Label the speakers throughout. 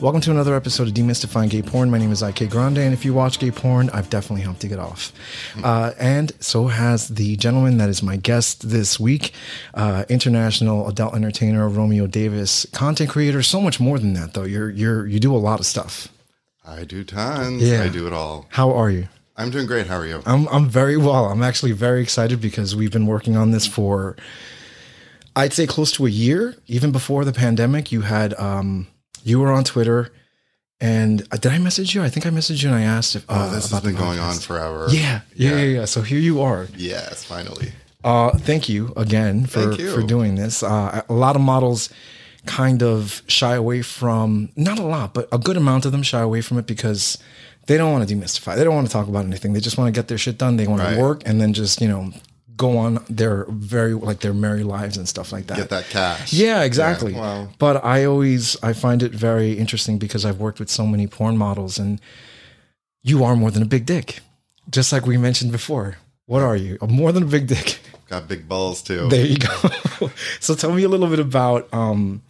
Speaker 1: Welcome to another episode of Demystifying Gay Porn. My name is IK Grande, and if you watch gay porn, I've definitely helped to get off. Uh, and so has the gentleman that is my guest this week, uh, international adult entertainer Romeo Davis, content creator, so much more than that though. You're you're you do a lot of stuff.
Speaker 2: I do tons.
Speaker 1: Yeah.
Speaker 2: I do it all.
Speaker 1: How are you?
Speaker 2: I'm doing great. How are you?
Speaker 1: I'm I'm very well. I'm actually very excited because we've been working on this for I'd say close to a year. Even before the pandemic, you had um you were on Twitter and uh, did I message you? I think I messaged you and I asked if uh,
Speaker 2: Oh, this has
Speaker 1: about the
Speaker 2: been going on
Speaker 1: podcast.
Speaker 2: forever.
Speaker 1: Yeah, yeah, yeah, yeah. So here you are.
Speaker 2: Yes, finally.
Speaker 1: Uh, thank you again for
Speaker 2: Thank you.
Speaker 1: for doing this. Uh, a lot of models kind of shy away from not a lot, but a good amount of them shy away from it because they don't want to demystify. They don't want to talk about anything. They just want to get their shit done. They want
Speaker 2: Right.
Speaker 1: to work and then just you know go on their very like their merry lives and stuff like that.
Speaker 2: Get that cash.
Speaker 1: Yeah, exactly.
Speaker 2: wow.
Speaker 1: But I always I find it very interesting because I've worked with so many porn models and you are more than a big dick. Just like we mentioned before. What are you? More than a big dick.
Speaker 2: Got big balls too.
Speaker 1: There you go. so tell me a little bit about um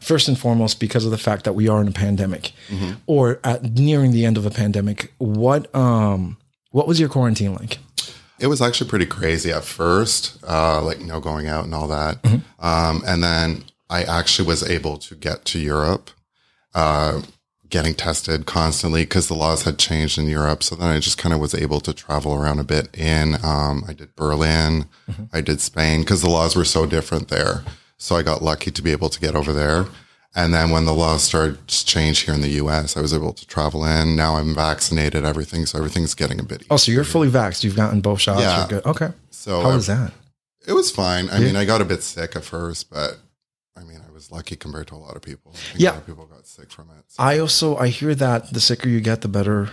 Speaker 1: first and foremost because of the fact that we are in a pandemic
Speaker 2: Mm-hmm.
Speaker 1: or at nearing the end of a pandemic, what um what was your quarantine like?
Speaker 2: it was actually pretty crazy at first, uh, like no going out and all that.
Speaker 1: Mm-hmm.
Speaker 2: Um, and then I actually was able to get to Europe, uh, getting tested constantly because the laws had changed in Europe. So then I just kind of was able to travel around a bit. In um, I did Berlin,
Speaker 1: Mm-hmm.
Speaker 2: I did Spain because the laws were so different there. So I got lucky to be able to get over there. And then when the laws started to change here in the U.S., I was able to travel in. Now I'm vaccinated, everything, so everything's getting a bit.
Speaker 1: Oh, so you're fully vaxxed. You've gotten both shots.
Speaker 2: Yeah.
Speaker 1: You're good. Okay.
Speaker 2: So
Speaker 1: How
Speaker 2: I-
Speaker 1: was that?
Speaker 2: it was fine. I mean, I got a bit sick at first, but I mean, I was lucky compared to a lot of people. I think
Speaker 1: Yeah.
Speaker 2: a lot of people got sick from it. So-
Speaker 1: I also I hear that the sicker you get, the better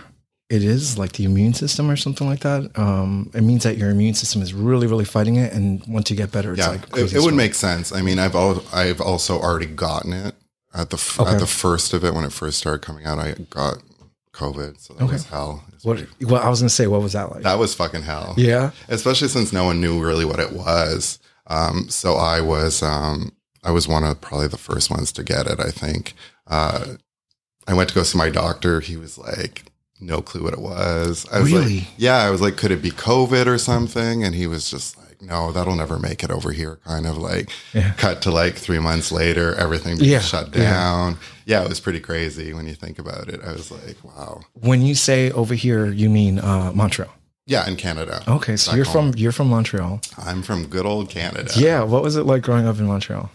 Speaker 1: it is, like the immune system or something like that. Um, it means that your immune system is really, really fighting it, and once you get better, it's
Speaker 2: yeah,
Speaker 1: like
Speaker 2: it,
Speaker 1: crazy
Speaker 2: it would
Speaker 1: strong.
Speaker 2: make sense. I mean, I've al- I've also already gotten it at the f-
Speaker 1: Okay.
Speaker 2: at the first of it when it first started coming out. I got COVID, so that was hell. It was
Speaker 1: What?
Speaker 2: pretty-
Speaker 1: Well, I was gonna say, what was that like?
Speaker 2: that was fucking hell.
Speaker 1: yeah.
Speaker 2: especially since no one knew really what it was. Um, so I was um, I was one of probably the first ones to get it. I think uh, I went to go see my doctor. He was like, no clue what it was. I was Like,
Speaker 1: Really?
Speaker 2: yeah, I was like, could it be COVID or something? And he was just like, no, that'll never make it over here. Kind of like
Speaker 1: Yeah.
Speaker 2: cut to like three months later, everything being
Speaker 1: Yeah,
Speaker 2: shut
Speaker 1: yeah.
Speaker 2: down. yeah, it was pretty crazy when you think about it. I was like, wow.
Speaker 1: When you say over here, you mean uh, Montreal?
Speaker 2: Yeah, in Canada.
Speaker 1: Okay, so
Speaker 2: Back
Speaker 1: you're
Speaker 2: home.
Speaker 1: from you're from Montreal.
Speaker 2: I'm from good old Canada.
Speaker 1: Yeah. What was it like growing up in Montreal?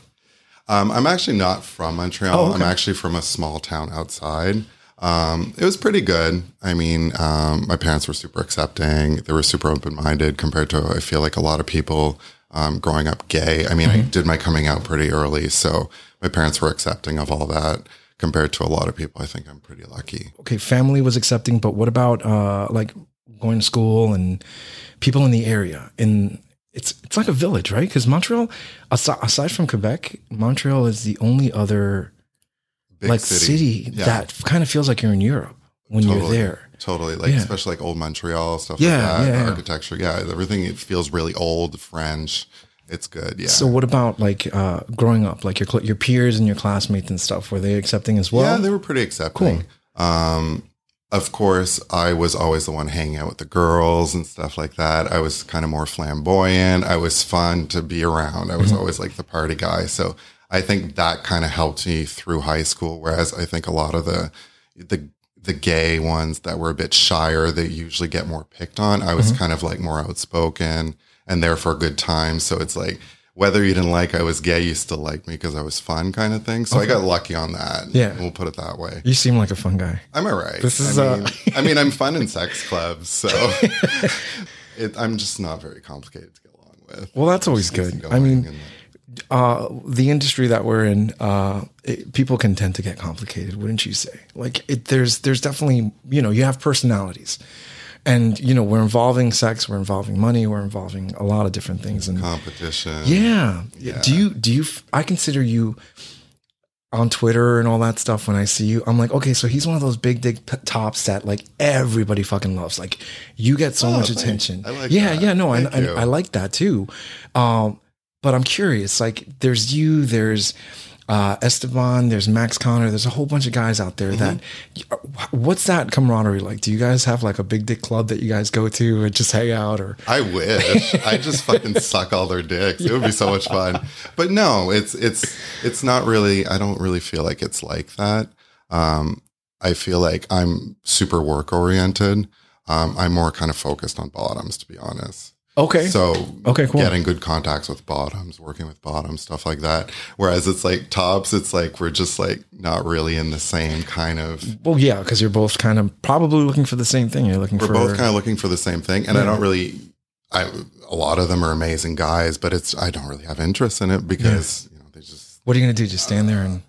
Speaker 2: Um, I'm actually not from Montreal.
Speaker 1: Oh, okay.
Speaker 2: I'm actually from a small town outside. Um, it was pretty good. I mean, um, my parents were super accepting. They were super open minded compared to, I feel like, a lot of people um, growing up gay. I mean, I
Speaker 1: Mm-hmm.
Speaker 2: did my coming out pretty early. So my parents were accepting of all that compared to a lot of people. I think I'm pretty lucky.
Speaker 1: Okay, family was accepting, but what about uh, like going to school and people in the area? In it's it's like a village, right? Because Montreal, aside, aside from Quebec, Montreal is the only other
Speaker 2: Big
Speaker 1: like city,
Speaker 2: Yeah,
Speaker 1: that kind of feels like you're in Europe when you're
Speaker 2: Totally.
Speaker 1: there.
Speaker 2: Totally. Like,
Speaker 1: Yeah.
Speaker 2: especially like old Montreal, stuff
Speaker 1: Yeah,
Speaker 2: like that,
Speaker 1: yeah, yeah.
Speaker 2: architecture. Yeah, everything it feels really old, French. It's good. Yeah.
Speaker 1: So what about like uh, growing up, like your cl- your peers and your classmates and stuff? Were they accepting as well?
Speaker 2: yeah, they were pretty accepting. Um, of course, I was always the one hanging out with the girls and stuff like that. I was kind of more flamboyant. I was fun to be around. I was always like the party guy. So I think that kind of helped me through high school. Whereas I think a lot of the the the gay ones that were a bit shyer that usually get more picked on. I was kind of like more outspoken and there for a good time. So it's like whether you didn't like I was gay, you still liked me because I was fun kind of thing. So I got lucky on that.
Speaker 1: Yeah.
Speaker 2: We'll put it that way.
Speaker 1: you seem like a fun guy.
Speaker 2: I'm all right.
Speaker 1: This is,
Speaker 2: I
Speaker 1: uh,
Speaker 2: mean, I mean, I'm fun in sex clubs, so it, I'm just not very complicated to get along with.
Speaker 1: Well, that's always good. I mean,
Speaker 2: And
Speaker 1: uh, the industry that we're in, uh, it, people can tend to get complicated, wouldn't you say? Like, it, there's there's definitely you know you have personalities, and you know we're involving sex, we're involving money, we're involving a lot of different things, and
Speaker 2: competition.
Speaker 1: Yeah. Do you do you f- I consider you on Twitter and all that stuff when I see you I'm like okay so he's one of those big dick t- tops that like everybody fucking loves like you get so much
Speaker 2: thanks.
Speaker 1: attention.
Speaker 2: Oh, I like
Speaker 1: yeah,
Speaker 2: that.
Speaker 1: yeah, no, I,
Speaker 2: Thank you.
Speaker 1: I I like that too. Um but I'm curious like there's you there's uh, Esteban, there's Max Connor, there's a whole bunch of guys out there that.
Speaker 2: Mm-hmm.
Speaker 1: What's that camaraderie like? Do you guys have like a big dick club that you guys go to and just hang out or?
Speaker 2: I wish. I just fucking suck all their dicks. It would be so much fun. But no, it's it's it's not really I don't really feel like it's like that. Um I feel like I'm super work oriented. Um I'm more kind of focused on bottoms to be honest.
Speaker 1: Okay.
Speaker 2: So
Speaker 1: Okay, cool.
Speaker 2: getting good contacts with bottoms, working with bottoms, stuff like that. Whereas it's like tops, it's like we're just like not really in the same kind of
Speaker 1: well, yeah, because you're both kind of probably looking for the same thing. You're looking
Speaker 2: we're
Speaker 1: for
Speaker 2: both kind of looking for the same thing and i don't really i a lot of them are amazing guys but it's i don't really have interest in it because you know they just
Speaker 1: What are you gonna do? Just stand there and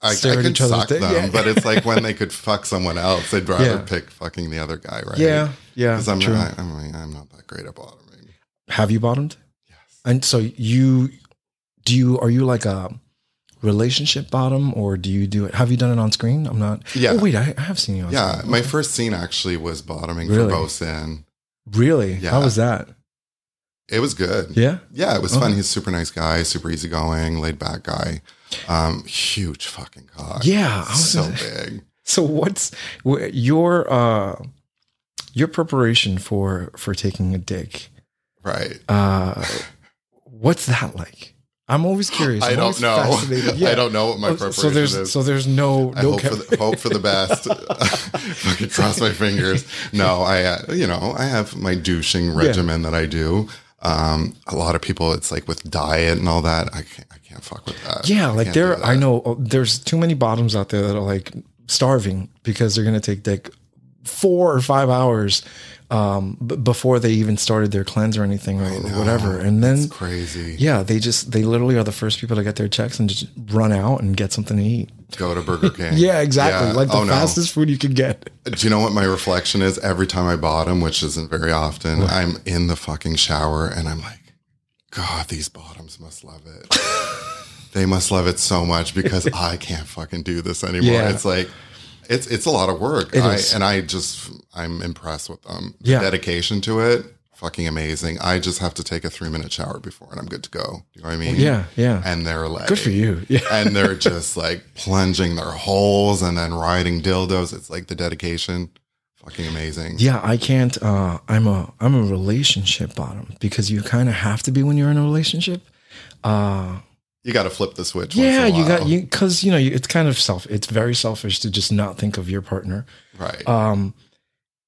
Speaker 2: I, I
Speaker 1: Stare at
Speaker 2: could
Speaker 1: each other's
Speaker 2: suck
Speaker 1: dick,
Speaker 2: them,
Speaker 1: yeah.
Speaker 2: but it's like when they could fuck someone else, they'd rather
Speaker 1: Yeah.
Speaker 2: pick fucking the other guy, right?
Speaker 1: yeah, yeah.
Speaker 2: because I'm
Speaker 1: true.
Speaker 2: not, I'm, like, I'm not that great at bottoming.
Speaker 1: Have you bottomed?
Speaker 2: Yes.
Speaker 1: And so you do you are you like a relationship bottom or do you do it? Have you done it on screen? I'm not.
Speaker 2: Yeah.
Speaker 1: Oh, wait, I, I have seen you on.
Speaker 2: Yeah,
Speaker 1: screen.
Speaker 2: my first scene actually was bottoming
Speaker 1: Really?
Speaker 2: for Bosin.
Speaker 1: Really?
Speaker 2: Yeah.
Speaker 1: How was that?
Speaker 2: It was good.
Speaker 1: Yeah.
Speaker 2: Yeah, it was fun.
Speaker 1: Okay.
Speaker 2: He's a super nice guy, super easygoing, laid back guy. Um, huge fucking cock.
Speaker 1: Yeah. I was
Speaker 2: so
Speaker 1: gonna-
Speaker 2: big.
Speaker 1: so what's wh- your uh your preparation for for taking a dick?
Speaker 2: Right.
Speaker 1: Uh, what's that like? I'm always curious.
Speaker 2: I
Speaker 1: I'm
Speaker 2: don't
Speaker 1: always
Speaker 2: know.
Speaker 1: fascinated. Yeah.
Speaker 2: I don't know what my
Speaker 1: Oh,
Speaker 2: preparation
Speaker 1: so there's
Speaker 2: is.
Speaker 1: so there's no
Speaker 2: I
Speaker 1: no
Speaker 2: hope, for
Speaker 1: cap-
Speaker 2: the, hope for the best. Fucking cross my fingers. No, I uh, you know I have my douching regimen that I do. Um, a lot of people, it's like with diet and all that. I can't, I can't fuck with that.
Speaker 1: Yeah,
Speaker 2: I
Speaker 1: like
Speaker 2: can't do
Speaker 1: there,
Speaker 2: that.
Speaker 1: I know uh, there's too many bottoms out there that are like starving because they're gonna take like four or five hours um, b- before they even started their cleanse or anything or whatever, and then
Speaker 2: It's crazy.
Speaker 1: yeah, they just they literally are the first people to get their checks and just run out and get something to eat.
Speaker 2: Go to Burger King.
Speaker 1: Yeah, exactly,
Speaker 2: Yeah.
Speaker 1: like the
Speaker 2: Oh, no.
Speaker 1: fastest food you can get.
Speaker 2: Do you know what my reflection is every time I bottom, which isn't very often? I'm in the fucking shower and I'm like, God, these bottoms must love it. they must love it so much because I can't fucking do this anymore.
Speaker 1: Yeah.
Speaker 2: It's like, it's it's a lot of work,
Speaker 1: It
Speaker 2: I,
Speaker 1: is.
Speaker 2: and I just I'm impressed with them.
Speaker 1: Yeah.
Speaker 2: The dedication to it, fucking amazing. I just have to take a three minute shower before, and I'm good to go. You know what I mean?
Speaker 1: Yeah, yeah,
Speaker 2: And they're like,
Speaker 1: good for you. Yeah,
Speaker 2: and they're just like plunging their holes and then riding dildos. It's like the dedication. Fucking amazing.
Speaker 1: yeah, I can't. Uh, I'm a I'm a relationship bottom because you kind of have to be when you're in a relationship. Uh,
Speaker 2: You got to flip the switch.
Speaker 1: yeah
Speaker 2: once in a
Speaker 1: you got
Speaker 2: while.
Speaker 1: you because you know you, it's kind of self it's very selfish to just not think of your partner
Speaker 2: Right.
Speaker 1: um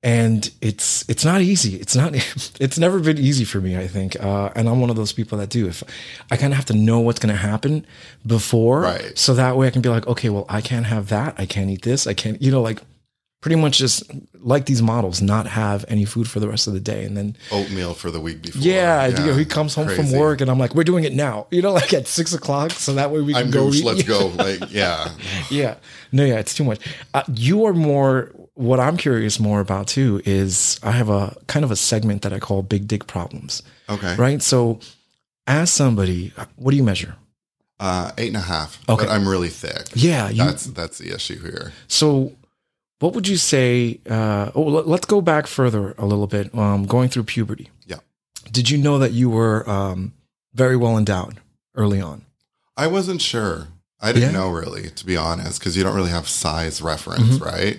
Speaker 1: and it's it's not easy it's not it's never been easy for me i think uh and i'm one of those people that do if i kind of have to know what's going to happen before
Speaker 2: Right.
Speaker 1: so that way i can be like okay well i can't have that i can't eat this i can't you know like pretty much just like these models not have any food for the rest of the day and then
Speaker 2: Oatmeal for the week before.
Speaker 1: yeah, you know, he comes home
Speaker 2: Crazy.
Speaker 1: from work and i'm like we're doing it now you know like at six o'clock so that way we can
Speaker 2: I'm
Speaker 1: go
Speaker 2: gooch.
Speaker 1: eat.
Speaker 2: Let's go. Like, yeah.
Speaker 1: yeah no yeah it's too much uh, you are more what i'm curious more about too is i have a kind of a segment that i call big dick problems
Speaker 2: Okay.
Speaker 1: right so as somebody what do you measure
Speaker 2: Uh, eight and a half.
Speaker 1: Okay.
Speaker 2: But I'm really thick.
Speaker 1: yeah you,
Speaker 2: That's that's the issue here.
Speaker 1: so what would you say uh, oh let, let's go back further a little bit um, going through puberty
Speaker 2: Yeah.
Speaker 1: did you know that you were um, very well endowed early on
Speaker 2: I wasn't sure. I didn't
Speaker 1: Yeah.
Speaker 2: know really, to be honest, because you don't really have size reference,
Speaker 1: Mm-hmm.
Speaker 2: right?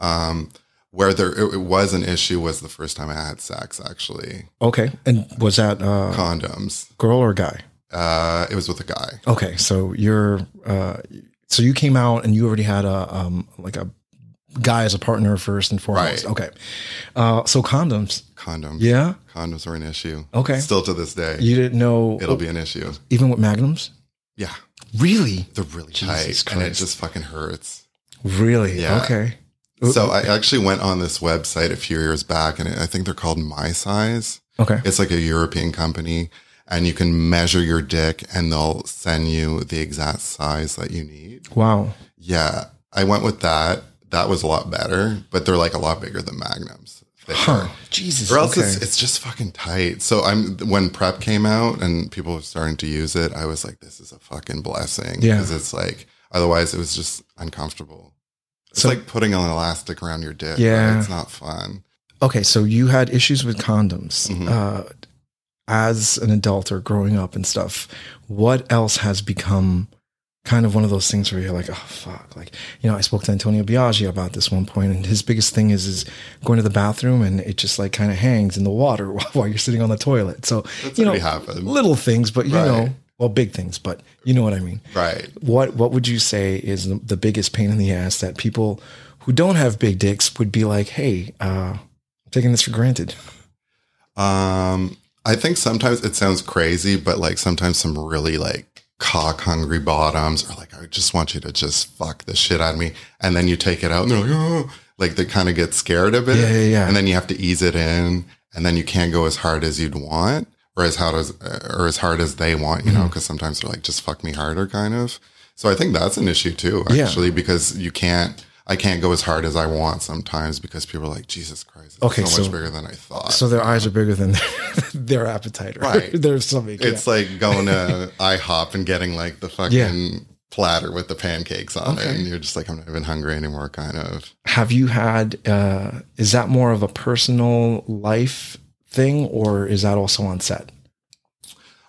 Speaker 2: Um, where there it, it was an issue was the first time I had sex, actually.
Speaker 1: okay and was that uh,
Speaker 2: Condoms.
Speaker 1: girl or guy
Speaker 2: Uh, it was with a guy.
Speaker 1: Okay, so you're uh, so you came out and you already had a um, like a guy as a partner first and foremost.
Speaker 2: Right.
Speaker 1: Okay, uh, so condoms.
Speaker 2: Condoms.
Speaker 1: Yeah.
Speaker 2: Condoms are an issue.
Speaker 1: Okay.
Speaker 2: Still to this day,
Speaker 1: You didn't know
Speaker 2: it'll be an issue.
Speaker 1: even with magnums.
Speaker 2: Yeah.
Speaker 1: Really,
Speaker 2: They're really
Speaker 1: Jesus
Speaker 2: tight, and it
Speaker 1: Christ.
Speaker 2: just fucking hurts.
Speaker 1: really.
Speaker 2: Yeah.
Speaker 1: Okay.
Speaker 2: So I actually went on this website a few years back, and I think they're called My Size.
Speaker 1: Okay.
Speaker 2: It's like a European company, and you can measure your dick, and they'll send you the exact size that you need.
Speaker 1: Wow.
Speaker 2: Yeah, I went with that. That was a lot better, but they're like a lot bigger than magnums. They
Speaker 1: Huh.
Speaker 2: are.
Speaker 1: Jesus.
Speaker 2: Or else
Speaker 1: okay.
Speaker 2: it's, it's just fucking tight. So I'm when prep came out and people were starting to use it, I was like, this is a fucking blessing.
Speaker 1: Yeah.
Speaker 2: Because it's like otherwise it was just uncomfortable. It's
Speaker 1: So-
Speaker 2: like putting an elastic around your dick. right?
Speaker 1: Yeah.
Speaker 2: It's not fun.
Speaker 1: okay. So you had issues with condoms.
Speaker 2: Mhm.
Speaker 1: Uh, as an adult or growing up and stuff, what else has become kind of one of those things where you're like, oh fuck, like you know, I spoke to Antonio Biaggi about this one point, and his biggest thing is is going to the bathroom and it just like kind of hangs in the water while you're sitting on the toilet. So
Speaker 2: That's
Speaker 1: you know,
Speaker 2: already happened.
Speaker 1: little things, but you
Speaker 2: Right.
Speaker 1: know, well, big things, but you know what I mean.
Speaker 2: Right.
Speaker 1: What what would you say is the, the biggest pain in the ass that people who don't have big dicks would be like, hey, uh, I'm taking this for granted.
Speaker 2: Um, I think sometimes it sounds crazy, but like sometimes some really like cock hungry bottoms are like, I just want you to just fuck the shit out of me. And then you take it out and they're like, oh, like they kind of get scared of it.
Speaker 1: Yeah, yeah, yeah.
Speaker 2: And then you have to ease it in. And then you can't go as hard as you'd want or as hard as, uh, or as hard as they want, you
Speaker 1: Mm-hmm.
Speaker 2: know, because sometimes they're like, just fuck me harder kind of. So I think that's an issue too,
Speaker 1: Yeah.
Speaker 2: actually, because you can't, I can't go as hard as I want sometimes because people are like, Jesus Christ, it's
Speaker 1: Okay,
Speaker 2: so
Speaker 1: so-
Speaker 2: much bigger than I thought.
Speaker 1: So their eyes are bigger than their, their appetite, or
Speaker 2: Right.
Speaker 1: their stomach. yeah.
Speaker 2: It's like going to IHOP and getting like the fucking
Speaker 1: Yeah.
Speaker 2: platter with the pancakes on it, and you're just like, I'm not even hungry anymore, kind of.
Speaker 1: have you had uh is that more of a personal life thing or is that also on set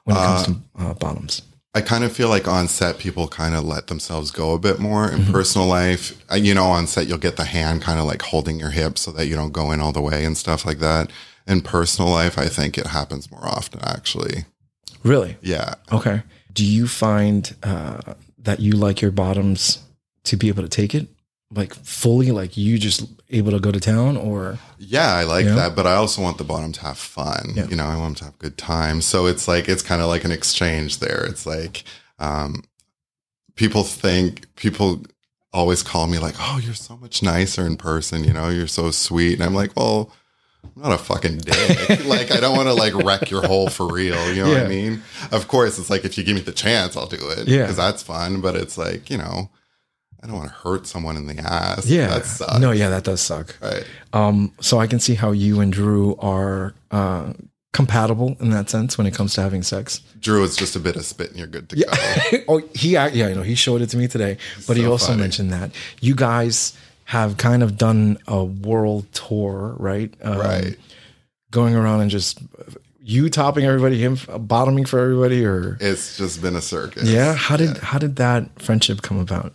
Speaker 1: when it comes to uh, bottoms
Speaker 2: I kind of feel like on set people kind of let themselves go a bit more.
Speaker 1: Mm-hmm.
Speaker 2: In personal life, uh, you know, on set you'll get the hand kind of like holding your hip so that you don't go in all the way and stuff like that. In personal life, I think it happens more often actually.
Speaker 1: really
Speaker 2: Yeah.
Speaker 1: okay do you find uh that you like your bottoms to be able to take it like fully like you just able to go to town or
Speaker 2: Yeah, I like
Speaker 1: Yeah.
Speaker 2: that, but I also want the bottom to have fun.
Speaker 1: Yeah.
Speaker 2: You know, I want them to have good time. So it's like it's kind of like an exchange there. It's like um, people think people always call me like, "Oh, you're so much nicer in person." You know, you're so sweet, and I'm like, "Well, I'm not a fucking dick. like, I don't want to like wreck your hole for real. You know what
Speaker 1: Yeah.
Speaker 2: I mean? Of course, it's like if you give me the chance, I'll do it.
Speaker 1: Yeah.
Speaker 2: because that's fun. But it's like you know, I don't want to hurt someone in the ass.
Speaker 1: yeah
Speaker 2: that sucks.
Speaker 1: no yeah that does suck
Speaker 2: Right.
Speaker 1: um so i can see how you and drew are uh compatible in that sense when it comes to having sex
Speaker 2: Drew, it's just a bit of spit and you're good to go.
Speaker 1: oh, he ac- yeah, you know, he showed it to me today, but he
Speaker 2: so
Speaker 1: also
Speaker 2: funny.
Speaker 1: mentioned that you guys have kind of done a world tour, right? Um,
Speaker 2: Right.
Speaker 1: Going around and just you topping everybody, him f- bottoming for everybody, or
Speaker 2: It's just been a circus.
Speaker 1: yeah. How did how did that friendship come about?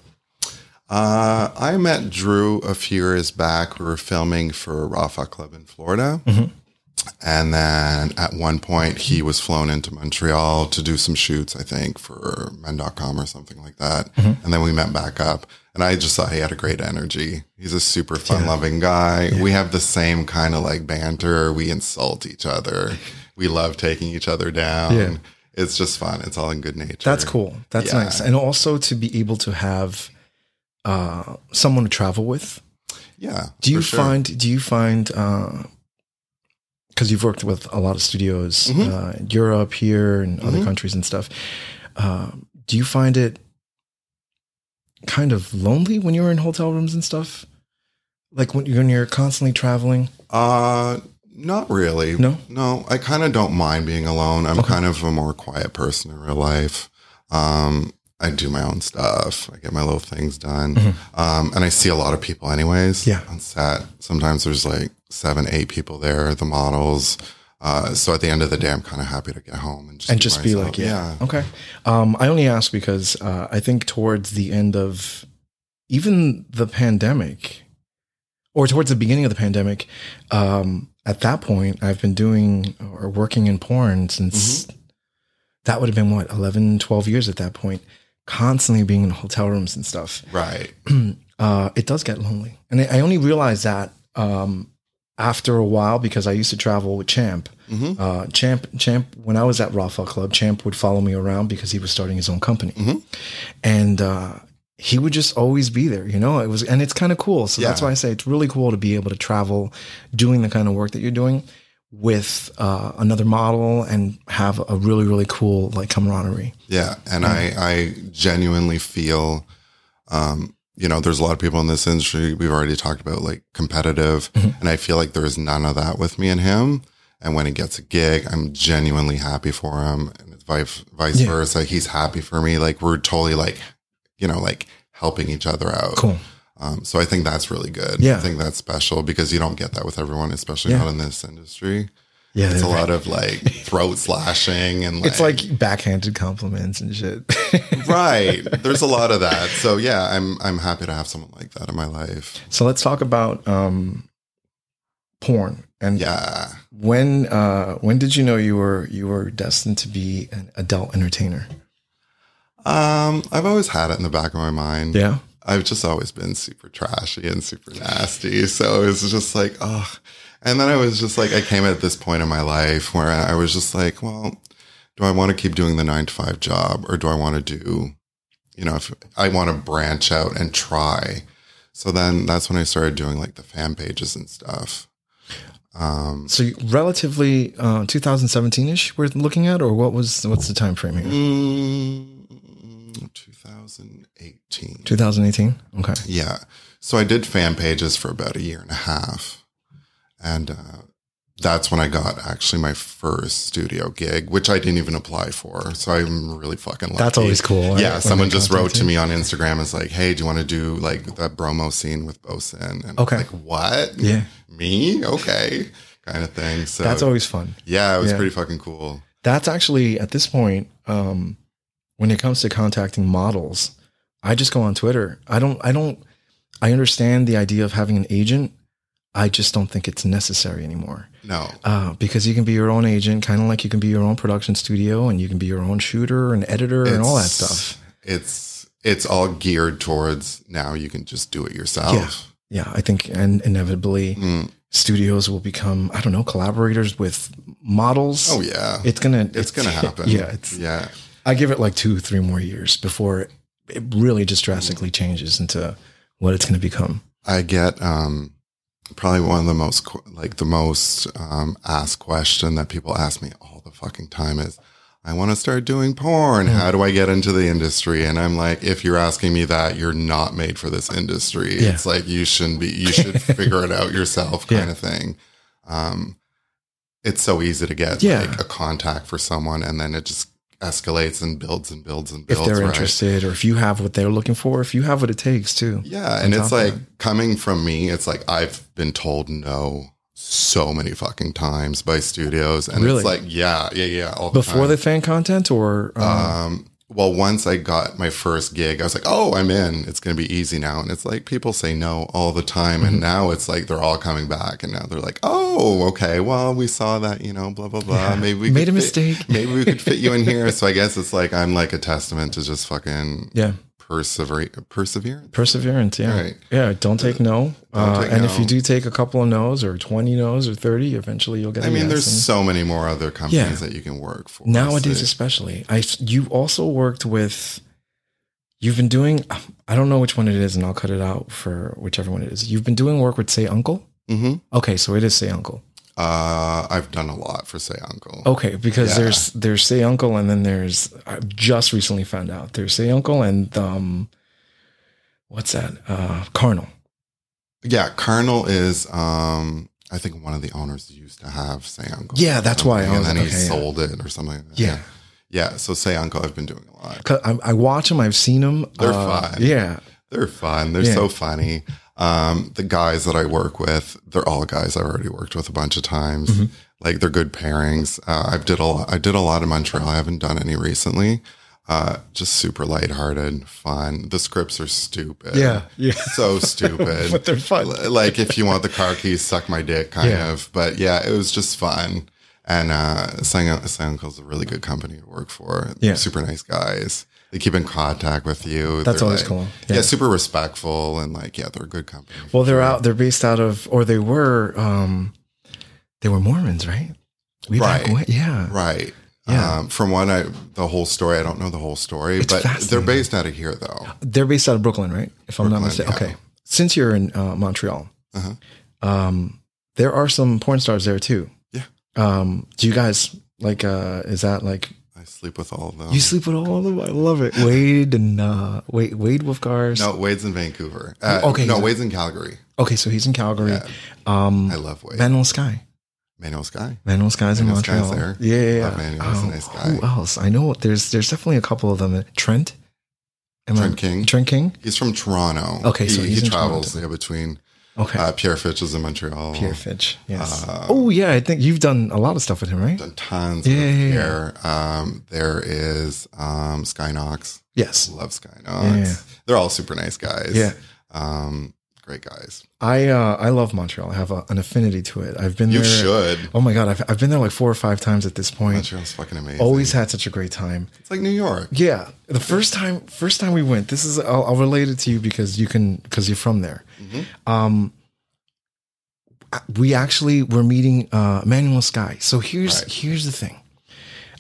Speaker 2: Uh, I met Drew a few years back. We were filming for Rafa Club in Florida.
Speaker 1: Mm-hmm.
Speaker 2: And then at one point, he was flown into Montreal to do some shoots, I think, for men.com or something like that.
Speaker 1: Mm-hmm.
Speaker 2: And then we met back up. And I just thought he had a great energy. He's a super fun loving guy. We have the same kind of like banter. We insult each other. We love taking each other down.
Speaker 1: Yeah.
Speaker 2: It's just fun. It's all in good nature.
Speaker 1: That's cool. That's
Speaker 2: Yeah.
Speaker 1: nice, and also to be able to have uh, someone to travel with.
Speaker 2: Yeah.
Speaker 1: Do you
Speaker 2: for sure.
Speaker 1: find? Do you find? Because you've worked with a lot of studios,
Speaker 2: Mm-hmm.
Speaker 1: uh, in Europe, here, and other
Speaker 2: Mhm.
Speaker 1: countries and stuff. Uh, do you find it kind of lonely when you're in hotel rooms and stuff? Like when you're, when you're constantly traveling.
Speaker 2: Uh, not really.
Speaker 1: No?
Speaker 2: no. I kind of don't mind being alone. I'm
Speaker 1: Okay.
Speaker 2: kind of a more quiet person in real life. Um, I do my own stuff. I get my little things done. Um, and I see a lot of people, anyways.
Speaker 1: Mm-hmm. Yeah.
Speaker 2: On set, sometimes there's like seven, eight people there. The models. Uh, so at the end of the day, I'm kind of happy to get home and just
Speaker 1: and just be
Speaker 2: myself.
Speaker 1: like, yeah, okay. Um, I only ask because uh, I think towards the end of even the pandemic, or towards the beginning of the pandemic, um, at that point, I've been doing or working in porn since that would have been what 11, 12 years at that point, constantly being in hotel rooms and stuff.
Speaker 2: Right.
Speaker 1: uh, it does get lonely, and I I only realized that. Um, after a while, because I used to travel with Champ,
Speaker 2: hmm
Speaker 1: uh, Champ, Champ, when I was at Rafa Club, Champ would follow me around because he was starting his own company,
Speaker 2: Mhm.
Speaker 1: and uh, he would just always be there. You know, it was, and it's kind of cool. So that's
Speaker 2: Yeah.
Speaker 1: why I say it's really cool to be able to travel, doing the kind of work that you're doing with uh, another model and have a really really cool like camaraderie.
Speaker 2: Yeah, and I I genuinely feel, um, you know, there's a lot of people in this industry. We've already talked about like competitive,
Speaker 1: Mm-hmm.
Speaker 2: and I feel like there is none of that with me and him. And when he gets a gig, I'm genuinely happy for him, and it's vice vice
Speaker 1: Yeah.
Speaker 2: versa. He's happy for me. Like we're totally like, you know, like helping each other out.
Speaker 1: Cool.
Speaker 2: Um, so I think that's really good.
Speaker 1: Yeah.
Speaker 2: I think that's special because you don't get that with everyone, especially
Speaker 1: Yeah.
Speaker 2: not in this industry.
Speaker 1: Yeah,
Speaker 2: it's a
Speaker 1: they're
Speaker 2: lot of like throat slashing and like,
Speaker 1: It's like backhanded compliments and shit.
Speaker 2: right. There's a lot of that. So yeah, I'm I'm happy to have someone like that in my life.
Speaker 1: so let's talk about um, porn. And
Speaker 2: Yeah.
Speaker 1: when uh, when did you know you were you were destined to be an adult entertainer?
Speaker 2: Um, I've always had it in the back of my mind.
Speaker 1: Yeah.
Speaker 2: I've just always been super trashy and super nasty. So it was just like, oh. And then I was just like, I came at this point in my life where I was just like, well, do I want to keep doing the nine to five job or do I want to do, you know, if I want to branch out and try. So then that's when I started doing like the fan pages and stuff. Um,
Speaker 1: So you- relatively uh, 2017 ish we're looking at, or what was what's the time frame here?
Speaker 2: mm, 2018.
Speaker 1: 2018. Okay.
Speaker 2: Yeah. So I did fan pages for about a year and a half. And uh, that's when I got actually my first studio gig, which I didn't even apply for. So I'm really fucking lucky.
Speaker 1: That's always cool. right?
Speaker 2: Yeah.
Speaker 1: When
Speaker 2: Someone
Speaker 1: they
Speaker 2: just
Speaker 1: contact
Speaker 2: wrote to
Speaker 1: you.
Speaker 2: me on Instagram and was like, hey, do you want to do like that bromo scene with Bosun? And
Speaker 1: Okay.
Speaker 2: I was like, what?
Speaker 1: Yeah.
Speaker 2: Me? Okay. kind of thing. So
Speaker 1: That's always fun.
Speaker 2: yeah, it was
Speaker 1: yeah.
Speaker 2: pretty fucking cool.
Speaker 1: That's actually at this point, um, when it comes to contacting models, I just go on Twitter. I don't. I don't. I understand the idea of having an agent. I just don't think it's necessary anymore.
Speaker 2: No.
Speaker 1: Uh, because you can be your own agent, kind of like you can be your own production studio and you can be your own shooter and editor and all that
Speaker 2: It's-
Speaker 1: stuff.
Speaker 2: It's it's all geared towards now you can just do it yourself.
Speaker 1: Yeah, I think, and inevitably,
Speaker 2: Mm.
Speaker 1: studios will become I don't know collaborators with models.
Speaker 2: Oh yeah.
Speaker 1: it's gonna it's,
Speaker 2: it's gonna happen.
Speaker 1: Yeah, it's
Speaker 2: yeah,
Speaker 1: I give it like two three more years before it, it really just drastically changes into what it's gonna become.
Speaker 2: I get um, probably one of the most qu- like the most um, asked question that people ask me all the fucking time is, I want to start doing porn.
Speaker 1: Mm-hmm.
Speaker 2: How do I get into the industry? And I'm like, if you're asking me that, you're not made for this industry.
Speaker 1: Yeah.
Speaker 2: It's like you shouldn't be. You should figure it out yourself, kind
Speaker 1: Yeah.
Speaker 2: of thing. Um, it's so easy to get
Speaker 1: Yeah.
Speaker 2: like a contact for someone, and then it just escalates and builds and builds and
Speaker 1: If
Speaker 2: builds.
Speaker 1: they're
Speaker 2: right?
Speaker 1: interested or if you have what they're looking for, if you have what it takes too.
Speaker 2: Yeah, and
Speaker 1: on
Speaker 2: it's
Speaker 1: top
Speaker 2: like
Speaker 1: of
Speaker 2: coming from me, it's like I've been told no so many fucking times by studios, and
Speaker 1: Really?
Speaker 2: it's like yeah, yeah, yeah, all the
Speaker 1: Before
Speaker 2: time.
Speaker 1: the fan content or um,
Speaker 2: um, well, once I got my first gig, I was like, oh, I'm in. It's gonna be easy now, and it's like people say no all the time,
Speaker 1: Mm-hmm.
Speaker 2: and now it's like they're all coming back, and now they're like, oh, okay, well, we saw that, you know, blah blah blah. Maybe we
Speaker 1: made
Speaker 2: could
Speaker 1: a
Speaker 2: fit-
Speaker 1: mistake.
Speaker 2: Maybe we could fit you in here. So I guess it's like I'm like a testament to just fucking
Speaker 1: yeah.
Speaker 2: persever perseverance.
Speaker 1: Perseverance, yeah,
Speaker 2: Right.
Speaker 1: yeah. Don't take no, uh,
Speaker 2: take
Speaker 1: and if
Speaker 2: no.
Speaker 1: you do take a couple of no's or twenty no's or thirty, eventually you'll get. a
Speaker 2: I mean,
Speaker 1: yes
Speaker 2: there's
Speaker 1: and-
Speaker 2: so many more other
Speaker 1: Yeah.
Speaker 2: companies that you can work for
Speaker 1: nowadays
Speaker 2: So-
Speaker 1: especially i you also worked with you've been doing i don't know which one it is and i'll cut it out for whichever one it is you've been doing work with say uncle
Speaker 2: Mhm.
Speaker 1: okay so it is say uncle
Speaker 2: Uh, I've done a lot for Say Uncle.
Speaker 1: okay because
Speaker 2: Yeah.
Speaker 1: there's there's say uncle and then there's i've just recently found out there's say uncle and um what's that uh carnal
Speaker 2: Yeah, Colonel is. Um, I think one of the owners used to have Say Uncle.
Speaker 1: Yeah, that's why I
Speaker 2: And
Speaker 1: was
Speaker 2: then
Speaker 1: like,
Speaker 2: he
Speaker 1: okay, yeah.
Speaker 2: sold it or something. like that.
Speaker 1: Yeah.
Speaker 2: yeah. So Say Uncle, I've been doing a lot.
Speaker 1: 'Cause I, I watch them i've seen them
Speaker 2: They're fun.
Speaker 1: yeah
Speaker 2: They're fun. They're
Speaker 1: Yeah.
Speaker 2: so funny. Um, the guys that I work with, they're all guys I've already worked with a bunch of times.
Speaker 1: Mm-hmm.
Speaker 2: Like they're good pairings. Uh, I've did a lot, I did a lot in Montreal. I haven't done any recently. Uh, just super lighthearted, fun. The scripts are stupid.
Speaker 1: Yeah, yeah.
Speaker 2: So stupid.
Speaker 1: But they're fun.
Speaker 2: L- Oh, Like if you want the car keys, suck my dick kind
Speaker 1: Yeah.
Speaker 2: of. But yeah, it was just fun. And uh Sang- Uncle's a really good company to work for.
Speaker 1: Yeah.
Speaker 2: Super nice guys. They keep in contact with you.
Speaker 1: That's
Speaker 2: They're
Speaker 1: always
Speaker 2: like-
Speaker 1: cool.
Speaker 2: Yeah.
Speaker 1: Yeah.
Speaker 2: super respectful and like, yeah, they're a good company.
Speaker 1: well they're out they're based out of or they were um they were mormons right we back
Speaker 2: Right.
Speaker 1: when- yeah
Speaker 2: right.
Speaker 1: Yeah.
Speaker 2: Um, from what I, the whole story, I don't know the whole story, but they're
Speaker 1: fascinating.
Speaker 2: based out of here though.
Speaker 1: They're based out of Brooklyn, right? If I'm not
Speaker 2: Brooklyn,
Speaker 1: mistaken.
Speaker 2: yeah.
Speaker 1: Okay. Since you're in uh, Montreal,
Speaker 2: Uh-huh.
Speaker 1: um, there are some porn stars there too.
Speaker 2: Yeah.
Speaker 1: Um, do you guys like? Uh, is that like
Speaker 2: I sleep with all of them.
Speaker 1: you sleep with all of them? I love it. Wade and uh, Wade Wade Wolfgars.
Speaker 2: no, Wade's in Vancouver. Uh,
Speaker 1: Oh, Okay.
Speaker 2: okay. No, Wade's in Calgary.
Speaker 1: Okay, so he's in Calgary.
Speaker 2: Yeah.
Speaker 1: Um,
Speaker 2: I love Wade.
Speaker 1: Manuel Sky.
Speaker 2: Manuel Sky.
Speaker 1: Manuel Sky's in
Speaker 2: Manuel Sky's
Speaker 1: Montreal.
Speaker 2: there. Oh,
Speaker 1: Yeah, yeah, yeah. Oh,
Speaker 2: Love Manuel, he's a nice guy.
Speaker 1: Who else? I know there's there's definitely a couple of them. Trent. Am I-
Speaker 2: Trent King.
Speaker 1: Trent King.
Speaker 2: He's from Toronto.
Speaker 1: Okay,
Speaker 2: He,
Speaker 1: so he's
Speaker 2: he
Speaker 1: in
Speaker 2: travels
Speaker 1: Toronto.
Speaker 2: yeah, between
Speaker 1: Okay.
Speaker 2: Uh, Pierre Fitch is in Montreal.
Speaker 1: Pierre Fitch. Yes. oh yeah, I think you've done a lot of stuff with him, right?
Speaker 2: Done tons
Speaker 1: Yeah,
Speaker 2: of
Speaker 1: yeah, yeah.
Speaker 2: Pierre. Um, there is um, Sky Knox.
Speaker 1: Yes.
Speaker 2: Love Sky
Speaker 1: Yeah,
Speaker 2: Knox.
Speaker 1: yeah.
Speaker 2: They're all super nice guys.
Speaker 1: Yeah.
Speaker 2: Um, great guys.
Speaker 1: I uh, I love Montreal. I have a, an affinity to it. I've been
Speaker 2: You
Speaker 1: there.
Speaker 2: should.
Speaker 1: Oh my god, I've I've been there like four or five times at this point.
Speaker 2: Montreal's fucking amazing.
Speaker 1: Always had such a great time.
Speaker 2: It's like New York.
Speaker 1: Yeah, the first time, first time we went. This is I'll, I'll relate it to you because you can because you're from there.
Speaker 2: Mm-hmm.
Speaker 1: Um, I- we actually were meeting uh, Manuel Sky. So here's
Speaker 2: Right.
Speaker 1: here's the thing.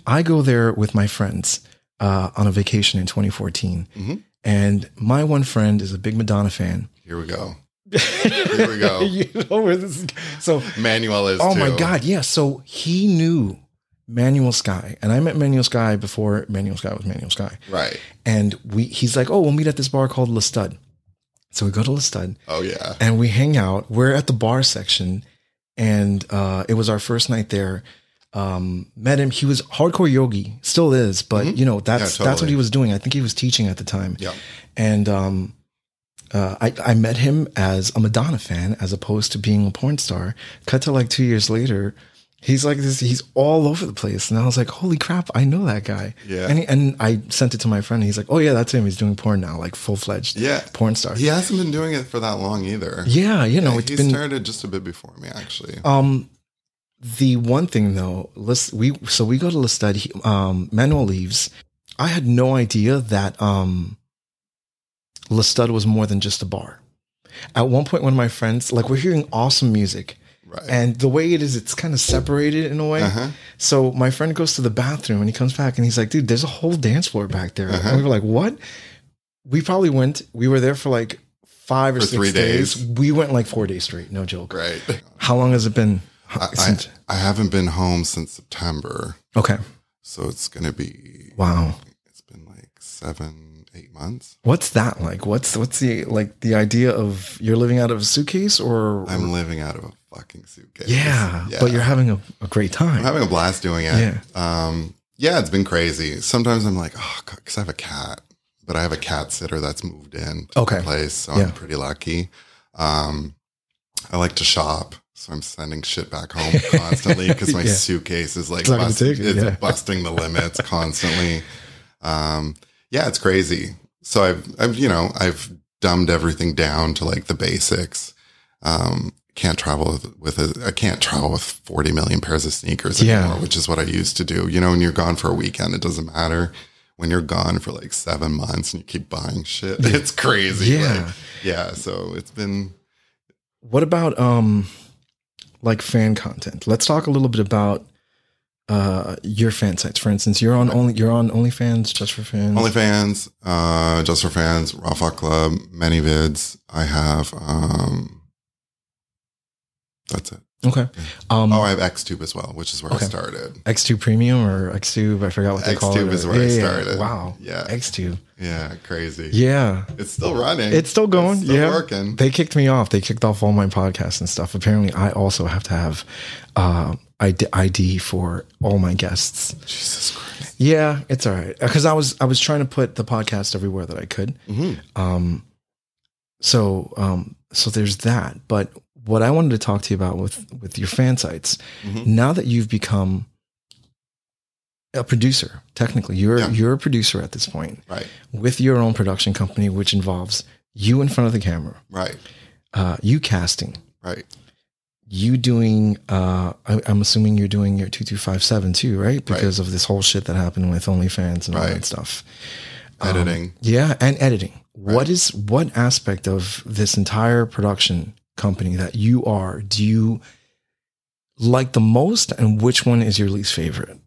Speaker 1: I go there with my friends uh, on a vacation in 2014,
Speaker 2: Mhm.
Speaker 1: and my one friend is a big Madonna fan.
Speaker 2: Here we go. Here we go.
Speaker 1: you know where this is. So
Speaker 2: Manuel is.
Speaker 1: Oh my
Speaker 2: too.
Speaker 1: God. Yeah. So he knew Manuel Sky. And I met Manuel Sky before Manuel Sky was Manuel Sky.
Speaker 2: Right.
Speaker 1: And we he's like, oh, we'll meet at this bar called Le Stud. So we go to Le Stud
Speaker 2: Oh yeah.
Speaker 1: and we hang out. We're at the bar section. And uh, it was our first night there. Um, met him. He was hardcore yogi, still is, but you know, that's
Speaker 2: Mm-hmm. Yeah,
Speaker 1: that's what
Speaker 2: totally.
Speaker 1: he was doing. I think he was teaching at the time
Speaker 2: Yeah.
Speaker 1: and um, uh, I, I met him as a Madonna fan as opposed to being a porn star. Cut to like two years later, he's like this. He's all over the place, and I was like, "Holy crap! I know that guy."
Speaker 2: Yeah.
Speaker 1: and he, and I sent it to my friend. And he's like, "Oh yeah, that's him. He's doing porn now, like full fledged
Speaker 2: Yeah.
Speaker 1: porn star."
Speaker 2: He hasn't been doing it for that long either.
Speaker 1: yeah, you know, it's
Speaker 2: he
Speaker 1: been
Speaker 2: started just a bit before me, actually.
Speaker 1: um. The one thing though, let's we so we go to Lestat. he- Um, Manuel leaves. I had no idea that um, Lestud was more than just a bar. At one point, one of my friends, like, we're hearing awesome music,
Speaker 2: right.
Speaker 1: and the way it is, it's kind of separated in a way.
Speaker 2: Uh-huh.
Speaker 1: So my friend goes to the bathroom and he comes back and he's like, dude, there's a whole dance floor back there.
Speaker 2: Uh-huh.
Speaker 1: And we were like, what? We probably went, we were there for like five or
Speaker 2: For
Speaker 1: six
Speaker 2: three
Speaker 1: days.
Speaker 2: days.
Speaker 1: We went like four days straight, no joke.
Speaker 2: Right.
Speaker 1: How long has it been?
Speaker 2: I,
Speaker 1: since-
Speaker 2: I haven't been home since September,
Speaker 1: okay.
Speaker 2: so it's gonna be
Speaker 1: Wow.
Speaker 2: it's been like seven, eight months.
Speaker 1: What's that like? What's what's the like the idea of you're living out of a suitcase or
Speaker 2: I'm living out of a fucking suitcase.
Speaker 1: yeah,
Speaker 2: Yeah.
Speaker 1: but you're having a, a great time.
Speaker 2: I'm having a blast doing it.
Speaker 1: Yeah.
Speaker 2: Um, yeah, it's been crazy. Sometimes I'm like, oh, because I have a cat, but I have a cat sitter that's moved in to
Speaker 1: Okay.
Speaker 2: the place, so
Speaker 1: Yeah.
Speaker 2: I'm pretty lucky. Um, I like to shop, so I'm sending shit back home constantly because my
Speaker 1: Yeah.
Speaker 2: suitcase is like
Speaker 1: It's not gonna
Speaker 2: busting,
Speaker 1: take it,
Speaker 2: it's
Speaker 1: yeah.
Speaker 2: busting the limits constantly. Um, yeah, it's crazy. So I've, I've, you know, I've dumbed everything down to like the basics. Um, can't travel with, with a, I can't travel with 40 million pairs of sneakers
Speaker 1: Yeah.
Speaker 2: anymore, which is what I used to do. You know, when you're gone for a weekend, it doesn't matter. When you're gone for like seven months and you keep buying shit, it's crazy.
Speaker 1: Yeah.
Speaker 2: Like, yeah. So it's been,
Speaker 1: What about um like fan content? Let's talk a little bit about uh your fan sites. For instance, you're on only you're on OnlyFans, just for fans.
Speaker 2: OnlyFans, uh, Just for Fans, Raw Fuck Club, many vids. I have, um, that's it.
Speaker 1: okay. Um
Speaker 2: Oh, I have XTube as well, which is where
Speaker 1: Okay.
Speaker 2: I started.
Speaker 1: X2 Premium or X2, I forgot what they call it.
Speaker 2: XTube is where I started.
Speaker 1: Wow.
Speaker 2: Yeah.
Speaker 1: X2.
Speaker 2: Yeah, crazy.
Speaker 1: Yeah.
Speaker 2: It's still running.
Speaker 1: It's still going.
Speaker 2: It's still
Speaker 1: yeah.
Speaker 2: working.
Speaker 1: They kicked me off. They kicked off all my podcasts and stuff. Apparently, I also have to have uh, ID, ID for all my guests.
Speaker 2: Jesus Christ.
Speaker 1: Yeah, it's all right. Because I was I was trying to put the podcast everywhere that I could.
Speaker 2: Mhm.
Speaker 1: Um, so um, so there's that. But what I wanted to talk to you about with with your fan sites,
Speaker 2: Mhm.
Speaker 1: now that you've become a producer, technically you're
Speaker 2: Yeah.
Speaker 1: you're a producer at this point
Speaker 2: Right,
Speaker 1: with your own production company, which involves you in front of the camera,
Speaker 2: right,
Speaker 1: uh, you casting,
Speaker 2: right.
Speaker 1: you doing. Uh, I, I'm assuming you're doing your two two five seven too, right? Because of this whole shit that happened with OnlyFans and all
Speaker 2: Right.
Speaker 1: that stuff. Um,
Speaker 2: Editing.
Speaker 1: Yeah, and editing. What is what aspect of this entire production company that you are do you like the most, and which one is your least favorite?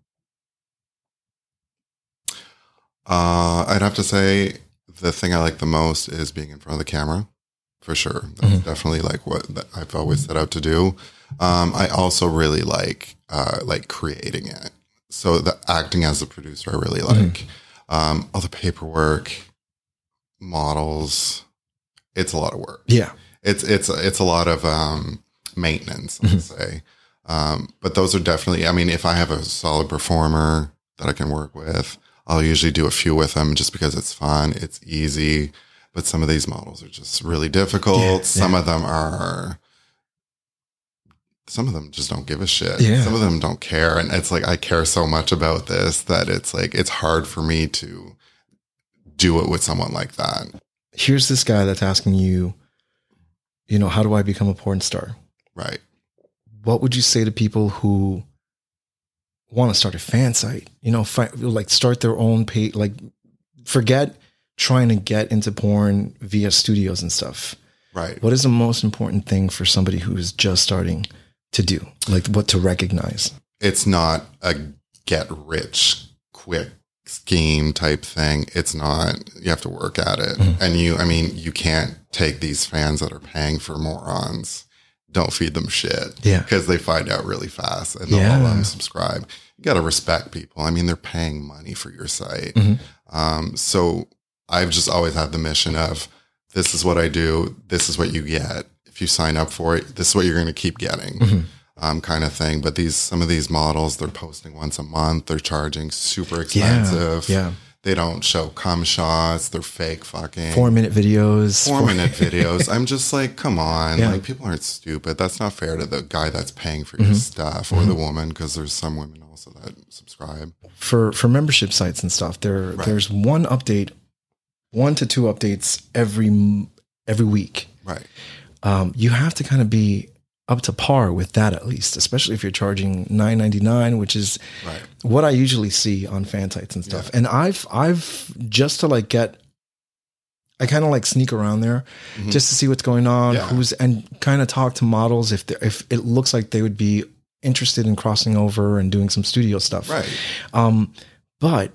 Speaker 2: Uh, I'd have to say the thing I like the most is being in front of the camera, for sure. That's
Speaker 1: Mhm.
Speaker 2: definitely like what th- I've always set out to do. Um, I also really like uh, like creating it. So the acting as a producer, I really
Speaker 1: Mm-hmm.
Speaker 2: like um, all the paperwork, models. It's a lot of work.
Speaker 1: Yeah,
Speaker 2: It's it's it's a lot of um, maintenance, I'd
Speaker 1: Mm-hmm.
Speaker 2: say. Um, but those are definitely. I mean, if I have a solid performer that I can work with, I'll usually do a few with them just because it's fun, it's easy. But some of these models are just really difficult.
Speaker 1: Yeah,
Speaker 2: some of them are. Some of them just don't give a shit.
Speaker 1: Yeah.
Speaker 2: Some of them don't care. And it's like, I care so much about this that it's like, it's hard for me to do it with someone like that.
Speaker 1: Here's this guy that's asking you, you know, how do I become a porn star?
Speaker 2: Right.
Speaker 1: What would you say to people who want to start a fan site? You know, fi- like start their own page, like forget trying to get into porn via studios and stuff.
Speaker 2: Right.
Speaker 1: What is the most important thing for somebody who is just starting to do? Like what to recognize?
Speaker 2: it's not a get rich quick scheme type thing. It's not, you have to work at it.
Speaker 1: Mhm.
Speaker 2: And you, I mean, you can't take these fans that are paying for morons. Don't feed them shit
Speaker 1: Yeah.
Speaker 2: because they find out really fast and they'll all
Speaker 1: Yeah.
Speaker 2: unsubscribe. You got to respect people. I mean, they're paying money for your site.
Speaker 1: Mhm.
Speaker 2: Um, so I've just always had the mission of this is what I do. This is what you get. If you sign up for it, this is what you're going to keep getting
Speaker 1: Mhm.
Speaker 2: um, kind of thing. But these some of these models, they're posting once a month. They're charging super expensive.
Speaker 1: Yeah.
Speaker 2: They don't show cum shots. They're fake fucking
Speaker 1: Four minute videos.
Speaker 2: four minute videos. I'm just like, come on.
Speaker 1: Yeah. Mm-hmm.
Speaker 2: Like people aren't stupid. That's not fair to the guy that's paying for your stuff or the woman because there's some women also that subscribe.
Speaker 1: for for membership sites and stuff there there's one update one to two updates every m- every week
Speaker 2: Right.
Speaker 1: um, you have to kind of be up to par with that at least especially if you're charging 9.99 which is
Speaker 2: Right.
Speaker 1: what i usually see on fan sites and stuff and i've i've just to like get i kind of like sneak around there
Speaker 2: Mhm.
Speaker 1: just to see what's going on
Speaker 2: Yeah.
Speaker 1: who's and kind of talk to models if they're- if it looks like they would be interested in crossing over and doing some studio stuff
Speaker 2: Right.
Speaker 1: um, but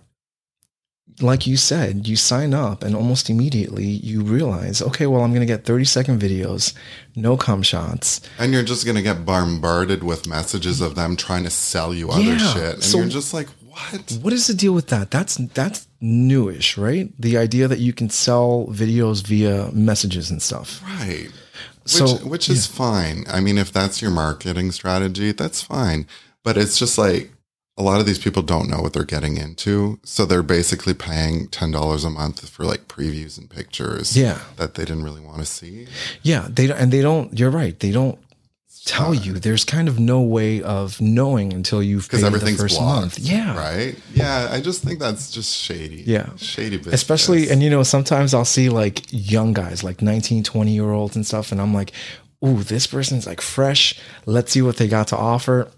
Speaker 1: like you said, you sign up and almost immediately you realize, okay, well, I'm going to get 30 second videos, no cum shots.
Speaker 2: And you're just gonna get bombarded with messages of them trying to sell you other
Speaker 1: Yeah.
Speaker 2: shit. And
Speaker 1: So-
Speaker 2: you're just like, what?
Speaker 1: What is the deal with that? That's that's newish, right? The idea that you can sell videos via messages and stuff.
Speaker 2: Right.
Speaker 1: So
Speaker 2: which, which is fine. I mean, if that's your marketing strategy, that's fine. But it's just like a lot of these people don't know what they're getting into, so they're basically paying ten dollars a month for like previews and pictures
Speaker 1: yeah,
Speaker 2: that they didn't really want to see.
Speaker 1: yeah, they don't- and they don't. You're right. They don't tell you. There's kind of no way of knowing until you've paid
Speaker 2: Because
Speaker 1: the
Speaker 2: everything's
Speaker 1: first
Speaker 2: blocked,
Speaker 1: month. Yeah,
Speaker 2: right. Yeah, I just think that's just shady.
Speaker 1: Yeah.
Speaker 2: shady business.
Speaker 1: especially and you know sometimes i'll see like young guys like 19 20 year olds and stuff and i'm like ooh this person's like fresh let's see what they got to offer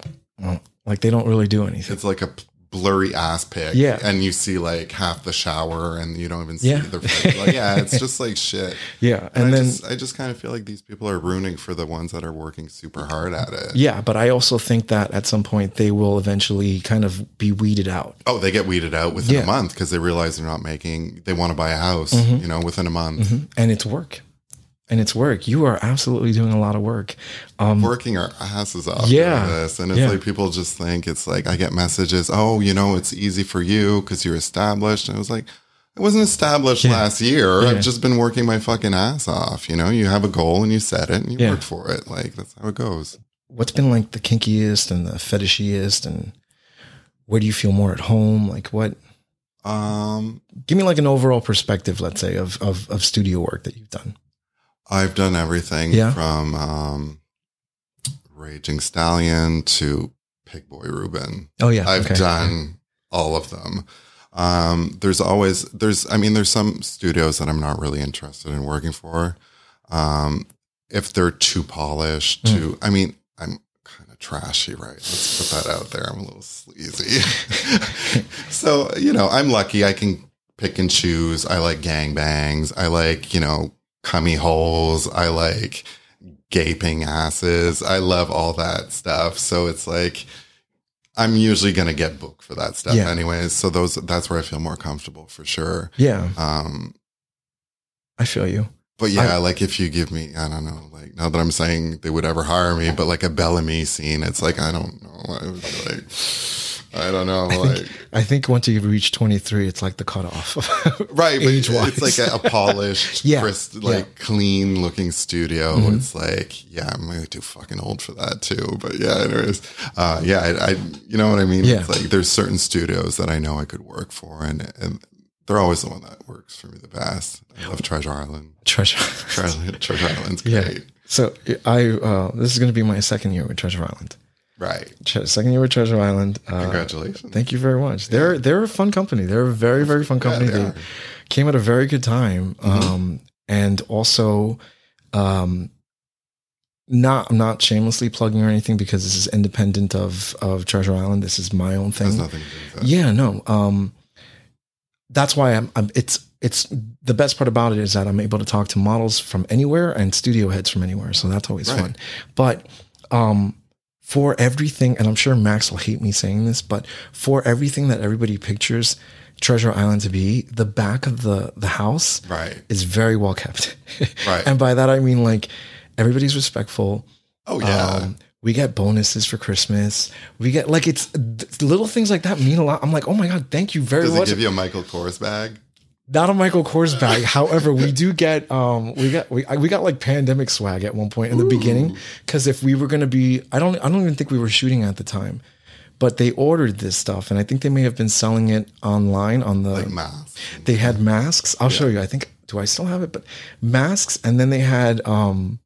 Speaker 1: Mm, like they don't really do anything
Speaker 2: it's like a p- blurry ass pic.
Speaker 1: Yeah.
Speaker 2: and you see like half the shower, and you don't even see
Speaker 1: Yeah.
Speaker 2: their face. Like, yeah, it's just like shit.
Speaker 1: yeah and,
Speaker 2: And, I
Speaker 1: then
Speaker 2: just, I just kind of feel like these people are ruining for the ones that are working super hard at it.
Speaker 1: yeah but i also think that at some point they will eventually kind of be weeded out
Speaker 2: Oh, they get weeded out within
Speaker 1: Yeah. Mm-hmm.
Speaker 2: a month because they realize they're not making. They want to buy a house, you know, within a month.
Speaker 1: and it's work and it's work you are absolutely doing a lot of work um
Speaker 2: Working our asses off.
Speaker 1: Yeah.
Speaker 2: Yeah. This. And it's
Speaker 1: Yeah.
Speaker 2: like people just think it's like I get messages. Oh, you know, it's easy for you because you're established. And I was like, I wasn't established last year.
Speaker 1: Yeah.
Speaker 2: I've just been working my fucking ass off. You know, you have a goal and you set it and you
Speaker 1: Yeah.
Speaker 2: work for it. Like that's how it goes.
Speaker 1: what's been like the kinkiest and the fetishiest and where do you feel more at home like what
Speaker 2: Um,
Speaker 1: give me like an overall perspective let's say of of, of studio work that you've done
Speaker 2: I've done everything
Speaker 1: Yeah.
Speaker 2: from um, Raging Stallion to Pig Boy Rubin.
Speaker 1: oh yeah
Speaker 2: I've
Speaker 1: okay.
Speaker 2: done all of them. Um, there's always there's I mean there's some studios that I'm not really interested in working for. Um, if they're too polished,
Speaker 1: Mm.
Speaker 2: too I mean I'm kind of trashy, right? Let's put that out there. I'm a little sleazy. so you know I'm lucky. I can pick and choose. I like gangbangs. I like you know cummy holes. I like gaping asses. I love all that stuff. So it's like I'm usually gonna get booked for that stuff
Speaker 1: Yeah.
Speaker 2: anyways. So those that's where I feel more comfortable for sure.
Speaker 1: yeah
Speaker 2: Um
Speaker 1: i feel you
Speaker 2: but yeah, like if you give me I don't know, like not that I'm saying they would ever hire me, but like a Bellamy scene, it's like I don't know. I was like I don't know, like
Speaker 1: i think once you reach 23 it's like the cutoff
Speaker 2: right, but
Speaker 1: age-wise.
Speaker 2: it's like a, a polished,
Speaker 1: Yeah,
Speaker 2: crisp,
Speaker 1: yeah. Mm-hmm.
Speaker 2: like clean looking studio. It's like, yeah, I'm really too fucking old for that too. But yeah, anyways, uh, yeah, I, I, you know what I mean?
Speaker 1: Yeah.
Speaker 2: It's like there's certain studios that I know I could work for, and and they're always the one that works for me the best. I love Treasure Island.
Speaker 1: Treasure.
Speaker 2: Treasure, Treasure Island's
Speaker 1: Yeah.
Speaker 2: great.
Speaker 1: So I uh, this is going to be my second year with Treasure Island.
Speaker 2: Right.
Speaker 1: Tre- second year with Treasure Island. Uh,
Speaker 2: Congratulations.
Speaker 1: thank you very much. They're they're a fun company. They're a very very fun company.
Speaker 2: they
Speaker 1: they
Speaker 2: are. Mm-hmm.
Speaker 1: came at a very good time, um, and also. Um, not I'm not shamelessly plugging or anything because this is independent of of Treasure Island. This is my own
Speaker 2: Has
Speaker 1: thing.
Speaker 2: nothing to do with that.
Speaker 1: Yeah, no. Um, that's why I'm, I'm. It's it's the best part about it is that I'm able to talk to models from anywhere and studio heads from anywhere. So that's always
Speaker 2: Right.
Speaker 1: fun. But um, for everything, and I'm sure Max will hate me saying this, but for everything that everybody pictures Treasure Island to be, the back of the the house
Speaker 2: Right.
Speaker 1: is very well kept.
Speaker 2: Right.
Speaker 1: and by that I mean like everybody's respectful.
Speaker 2: Oh yeah.
Speaker 1: Um, we get bonuses for Christmas. We get like it's th- little things like that mean a lot. I'm like, oh my god, thank you very
Speaker 2: Does it
Speaker 1: much.
Speaker 2: give you a Michael Kors bag?
Speaker 1: Not a Michael Kors bag. However, we do get um we got we I- we got like pandemic swag at one point in the beginning because if we were gonna be I don't I don't even think we were shooting at the time, but they ordered this stuff and I think they may have been selling it online on the
Speaker 2: Mask.
Speaker 1: they had masks. I'll show you. I think do I still have it? But masks, and then they had um,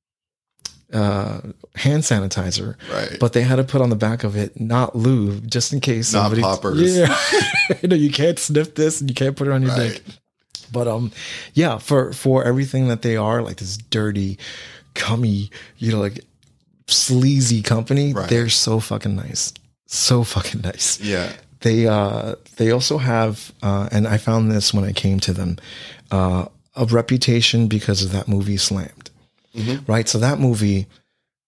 Speaker 1: uh, hand sanitizer.
Speaker 2: Right.
Speaker 1: But they had to put on the back of it not lube, just in case
Speaker 2: Not
Speaker 1: somebody.
Speaker 2: poppers.
Speaker 1: Yeah. you know, you can't sniff this, and you can't put it on your
Speaker 2: Right.
Speaker 1: dick. But um, yeah, for for everything that they are, like this dirty, cummy, you know, like sleazy company,
Speaker 2: Right.
Speaker 1: they're so fucking nice. So fucking nice
Speaker 2: Yeah.
Speaker 1: they uh, they also have, uh, and I found this when I came to them, uh, a reputation because of that movie Slammed,
Speaker 2: Mm-hmm.
Speaker 1: right? So that movie,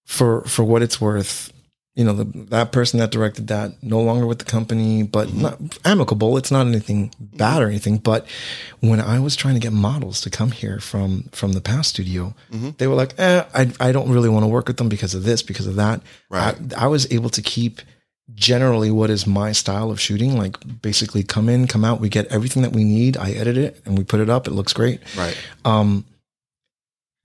Speaker 1: for for what it's worth, you know, the, that person that directed that no longer with the company, but not amicable. It's not anything bad or anything. But when I was trying to get models to come here from from the past studio, they were like, eh, I I don't really want to work with them because of this, because of that.
Speaker 2: Right.
Speaker 1: I, I was able to keep generally what is my style of shooting like basically come in come out we get everything that we need i edit it and we put it up it looks great
Speaker 2: Right.
Speaker 1: um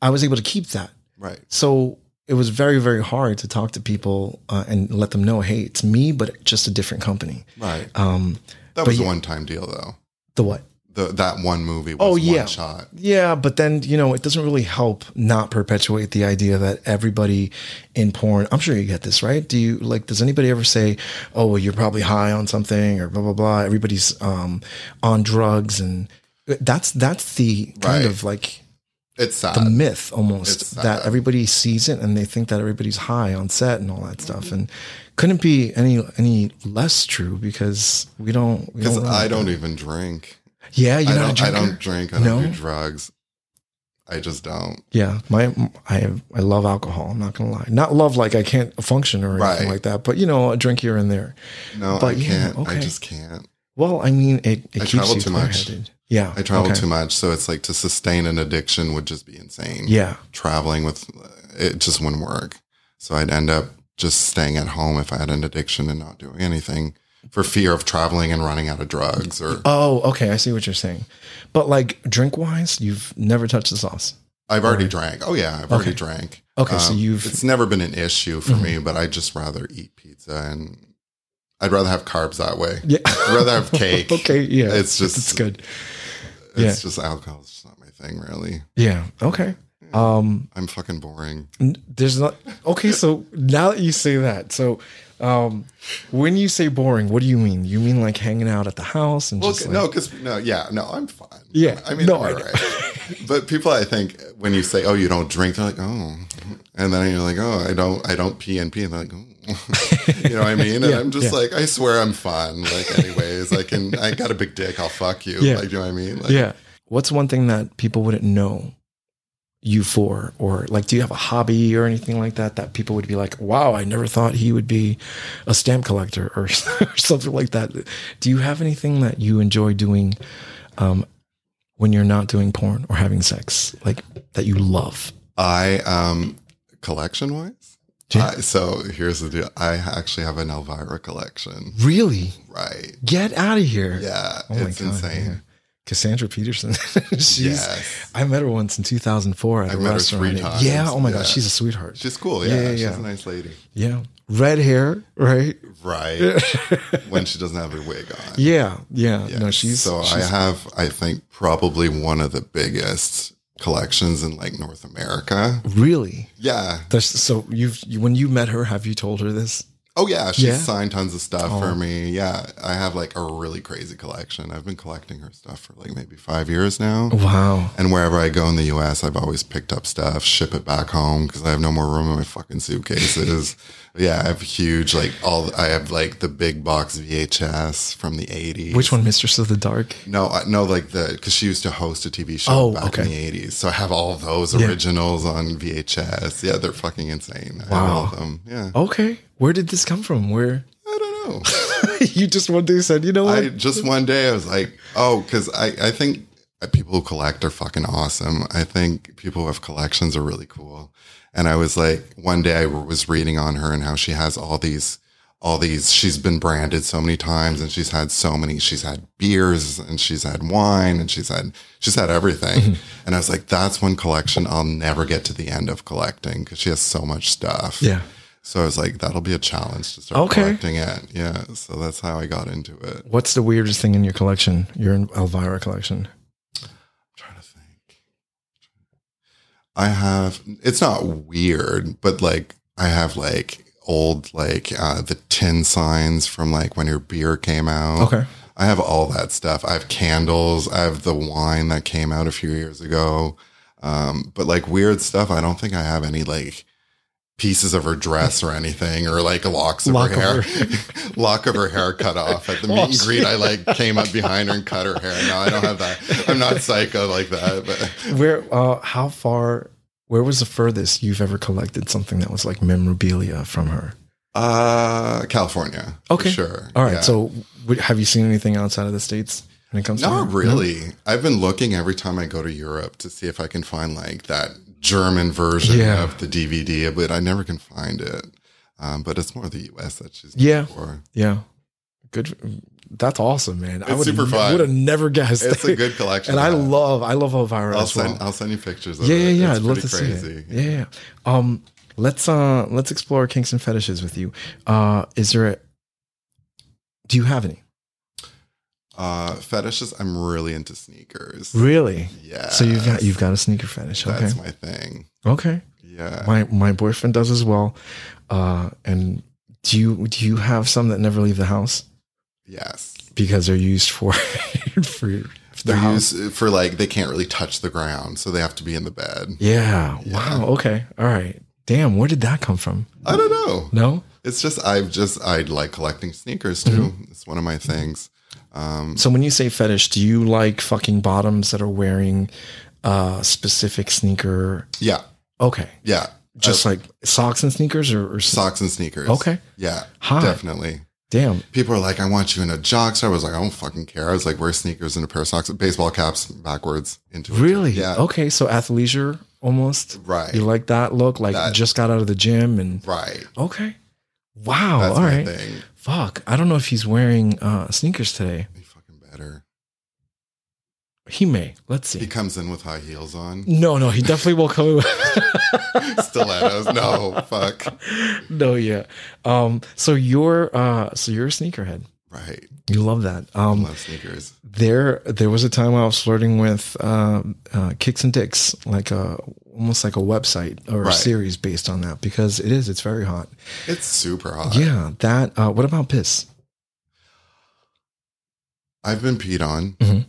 Speaker 1: i was able to keep that
Speaker 2: Right.
Speaker 1: so it was very very hard to talk to people uh, and let them know hey it's me but just a different company
Speaker 2: Right.
Speaker 1: um
Speaker 2: That
Speaker 1: But
Speaker 2: was a
Speaker 1: yeah.
Speaker 2: one time deal though.
Speaker 1: the what
Speaker 2: The, that one movie was
Speaker 1: Oh, yeah.
Speaker 2: one shot.
Speaker 1: Yeah, but then you know it doesn't really help not perpetuate the idea that everybody in porn. I'm sure you get this, right? Do you like? Does anybody ever say, "Oh, well, you're probably high on something," or blah blah blah? Everybody's um, on drugs, and that's that's the kind
Speaker 2: Right.
Speaker 1: of like
Speaker 2: It's sad.
Speaker 1: the myth almost
Speaker 2: Uh, it's
Speaker 1: that
Speaker 2: sad.
Speaker 1: everybody sees it and they think that everybody's high on set and all that stuff, and couldn't be any any less true because we don't. we
Speaker 2: Because
Speaker 1: really-
Speaker 2: I don't even drink.
Speaker 1: Yeah, you're
Speaker 2: I
Speaker 1: not a
Speaker 2: don't, I
Speaker 1: drinker.
Speaker 2: don't drink. I don't
Speaker 1: No?
Speaker 2: do drugs. I just don't.
Speaker 1: Yeah, my I have, I love alcohol. I'm not gonna lie, not love like I can't function or anything
Speaker 2: Right.
Speaker 1: like that. But you know, a drink here and there.
Speaker 2: No,
Speaker 1: But
Speaker 2: I
Speaker 1: yeah,
Speaker 2: can't. I
Speaker 1: okay.
Speaker 2: just can't.
Speaker 1: Well, I mean, it, it
Speaker 2: I
Speaker 1: keeps
Speaker 2: travel
Speaker 1: you
Speaker 2: too much.
Speaker 1: clear-headed. Yeah,
Speaker 2: I travel
Speaker 1: okay.
Speaker 2: too much, so it's like to sustain an addiction would just be insane.
Speaker 1: Yeah,
Speaker 2: traveling with it just wouldn't work. So I'd end up just staying at home if I had an addiction and not doing anything for fear of traveling and running out of drugs or
Speaker 1: Oh, okay. I see what you're saying. But like drink wise, you've never touched the sauce.
Speaker 2: I've already drank. Oh yeah, I've already drank.
Speaker 1: Okay, so
Speaker 2: Um,
Speaker 1: you've- Mm-hmm.
Speaker 2: it's never been an issue for me, but I'd just rather eat pizza and I'd rather have carbs that way.
Speaker 1: Yeah.
Speaker 2: I'd rather have cake.
Speaker 1: okay. Yeah.
Speaker 2: It's just
Speaker 1: it's good.
Speaker 2: It's
Speaker 1: yeah.
Speaker 2: just alcohol's just not my thing really.
Speaker 1: Yeah. Okay. Um.
Speaker 2: I'm fucking boring.
Speaker 1: n- There's not. Okay. So now that you say that, so. Um, when you say boring, what do you mean? You mean like hanging out at the house and
Speaker 2: Well,
Speaker 1: just
Speaker 2: c-
Speaker 1: like,
Speaker 2: no, because no, yeah, no, I'm fine.
Speaker 1: Yeah,
Speaker 2: I mean,
Speaker 1: no,
Speaker 2: I'm
Speaker 1: I
Speaker 2: all
Speaker 1: know.
Speaker 2: right. but people, I think, when you say, "Oh, you don't drink," they're like, "Oh," and then you're like, "Oh, I don't, I don't pee and pee," and they're like, "Oh," you know what I mean? And
Speaker 1: Yeah,
Speaker 2: I'm just
Speaker 1: yeah.
Speaker 2: like, I swear, I'm fun. Like, anyways, I can, I got a big dick. I'll fuck you.
Speaker 1: Yeah.
Speaker 2: Like, you know what I mean? Like,
Speaker 1: Yeah. What's one thing that people wouldn't know you for? Or like, do you have a hobby or anything like that that people would be like, wow, I never thought he would be a stamp collector or, or something like that? Do you have anything that you enjoy doing um, when you're not doing porn or having sex, like that you love?
Speaker 2: I um, collection wise.
Speaker 1: Yeah.
Speaker 2: I, so here's the deal. I actually have an Elvira collection.
Speaker 1: Really?
Speaker 2: Right.
Speaker 1: Get out of here.
Speaker 2: Yeah.
Speaker 1: Oh my
Speaker 2: it's
Speaker 1: God,
Speaker 2: insane.
Speaker 1: yeah. Cassandra Peterson. she's,
Speaker 2: Yes.
Speaker 1: I met her once in 2004 at a
Speaker 2: met her
Speaker 1: restaurant.
Speaker 2: three times.
Speaker 1: Yeah. Oh my
Speaker 2: Yeah.
Speaker 1: gosh. She's a sweetheart.
Speaker 2: She's cool.
Speaker 1: Yeah,
Speaker 2: Yeah.
Speaker 1: yeah,
Speaker 2: She's
Speaker 1: yeah.
Speaker 2: a nice lady.
Speaker 1: Yeah. red hair, right?
Speaker 2: right when she doesn't have a wig on.
Speaker 1: Yeah, yeah. No, she's
Speaker 2: so
Speaker 1: she's-
Speaker 2: I have, I think, probably one of the biggest collections in like North America.
Speaker 1: really.
Speaker 2: Yeah.
Speaker 1: That's, so you've you, when you met her, have you told her this?
Speaker 2: Oh yeah, she
Speaker 1: Yeah. Oh.
Speaker 2: signed tons of stuff for me. Yeah, I have like a really crazy collection. I've been collecting her stuff for like maybe five years now.
Speaker 1: Oh. Wow.
Speaker 2: And wherever I go in the U.S., I've always picked up stuff, ship it back home because I have no more room in my fucking suitcases. yeah, I have huge like all. I have like the big box VHS from the '80s.
Speaker 1: Which one, Mistress of the Dark?
Speaker 2: No, I, no, like the because she used to host a TV show
Speaker 1: Oh,
Speaker 2: back
Speaker 1: okay.
Speaker 2: in the eighties. So I have all of those originals on VHS. Yeah, they're fucking insane. I have all of them. Yeah,
Speaker 1: Okay. Where did this come from? Where
Speaker 2: I don't know.
Speaker 1: you just one day said, you know what?
Speaker 2: I just one day I was like, oh, because I I think people who collect are fucking awesome. I think people who have collections are really cool. And I was like, one day I was reading on her and how she has all these. All these, she's been branded so many times, and she's had so many. She's had beers, and she's had wine, and she's had she's had everything.
Speaker 1: Mm-hmm.
Speaker 2: and I was like, that's one collection I'll never get to the end of collecting because she has so much stuff.
Speaker 1: yeah.
Speaker 2: So I was like, that'll be a challenge to start
Speaker 1: Okay.
Speaker 2: collecting it. Yeah. So that's how I got into it.
Speaker 1: What's the weirdest thing in your collection? Your Elvira collection?
Speaker 2: trying to think. I have. It's not weird, but like I have like old like uh, the tin signs from like when your beer came out.
Speaker 1: Okay.
Speaker 2: I have all that stuff. I have candles. I have the wine that came out a few years ago. Um, but like weird stuff, I don't think I have any like pieces of her dress or anything or like locks of
Speaker 1: Lock of
Speaker 2: her hair.
Speaker 1: her-
Speaker 2: lock of her hair cut off at the meet and greet. I like came up behind her and cut her hair. No, I don't have that. I'm not psycho like that. But
Speaker 1: Where? Uh, how far? Where was the furthest you've ever collected something that was like memorabilia from her?
Speaker 2: uh, California. for
Speaker 1: Okay.
Speaker 2: sure.
Speaker 1: All right.
Speaker 2: Yeah.
Speaker 1: So, w- have you seen anything outside of the states when it comes to her?
Speaker 2: Not really. I've been looking every time I go to Europe to see if I can find like that German version
Speaker 1: Yeah.
Speaker 2: of the DVD, but I never can find it. Um, but it's more the US that she's known
Speaker 1: Yeah.
Speaker 2: for.
Speaker 1: Yeah. Good. That's awesome, man. I
Speaker 2: It's
Speaker 1: would
Speaker 2: super fun.
Speaker 1: would have never guessed.
Speaker 2: It's a good collection.
Speaker 1: and I
Speaker 2: to have.
Speaker 1: love I love Elvira
Speaker 2: I'll
Speaker 1: as well.
Speaker 2: send I'll send you pictures of
Speaker 1: yeah,
Speaker 2: it.
Speaker 1: yeah, yeah.
Speaker 2: It's
Speaker 1: I'd love to
Speaker 2: pretty
Speaker 1: see it. Yeah, yeah. yeah. Um, let's uh let's explore kinks and fetishes with you. Uh, is there a? Do you have any?
Speaker 2: Uh fetishes, I'm really into sneakers.
Speaker 1: Really?
Speaker 2: Yeah.
Speaker 1: So you've got you've got a sneaker fetish. Okay.
Speaker 2: that's my thing.
Speaker 1: okay.
Speaker 2: Yeah.
Speaker 1: My my boyfriend does as well. Uh, and do you do you have some that never leave the house
Speaker 2: yes.
Speaker 1: because they're used for for the
Speaker 2: They're
Speaker 1: house?
Speaker 2: used for like they can't really touch the ground, so they have to be in the bed.
Speaker 1: Yeah.
Speaker 2: Yeah.
Speaker 1: Wow. Okay. All right. Damn. Where did that come from?
Speaker 2: I don't know.
Speaker 1: No.
Speaker 2: It's just I've just I like collecting sneakers too.
Speaker 1: Mm-hmm.
Speaker 2: It's one of my things. Um,
Speaker 1: So when you say fetish, do you like fucking bottoms that are wearing uh specific sneaker?
Speaker 2: yeah,
Speaker 1: Okay.
Speaker 2: yeah.
Speaker 1: Just
Speaker 2: Uh,
Speaker 1: like socks and sneakers or, or s-
Speaker 2: socks and sneakers.
Speaker 1: Okay.
Speaker 2: Yeah,
Speaker 1: Hot.
Speaker 2: definitely.
Speaker 1: Damn.
Speaker 2: People are like, I want you in a jockstrap. I was like, I don't fucking care. I was like, wear sneakers and a pair of socks, baseball caps backwards into it.
Speaker 1: Really?
Speaker 2: Yeah.
Speaker 1: Okay. So athleisure almost.
Speaker 2: Right.
Speaker 1: You like that look? Like
Speaker 2: That-
Speaker 1: just got out of the gym and
Speaker 2: Right.
Speaker 1: okay. Wow.
Speaker 2: That's
Speaker 1: Oh, All
Speaker 2: my
Speaker 1: right.
Speaker 2: thing.
Speaker 1: Fuck. I don't know if he's wearing uh sneakers today.
Speaker 2: He fucking better.
Speaker 1: He may. Let's
Speaker 2: He
Speaker 1: see.
Speaker 2: comes in with high heels on,
Speaker 1: No, no, he definitely will come.
Speaker 2: stilettos. No, fuck.
Speaker 1: no, yeah. Um, so you're uh, so you're a sneakerhead.
Speaker 2: Right.
Speaker 1: You love that.
Speaker 2: I
Speaker 1: Um,
Speaker 2: love sneakers.
Speaker 1: there, there was a time I was flirting with um, uh, Kicks and Dicks, like a almost like a website or a
Speaker 2: Right.
Speaker 1: series based on that because it is. It's very hot.
Speaker 2: It's super hot.
Speaker 1: Yeah. That. Uh, what about piss?
Speaker 2: I've been peed on
Speaker 1: Mhm.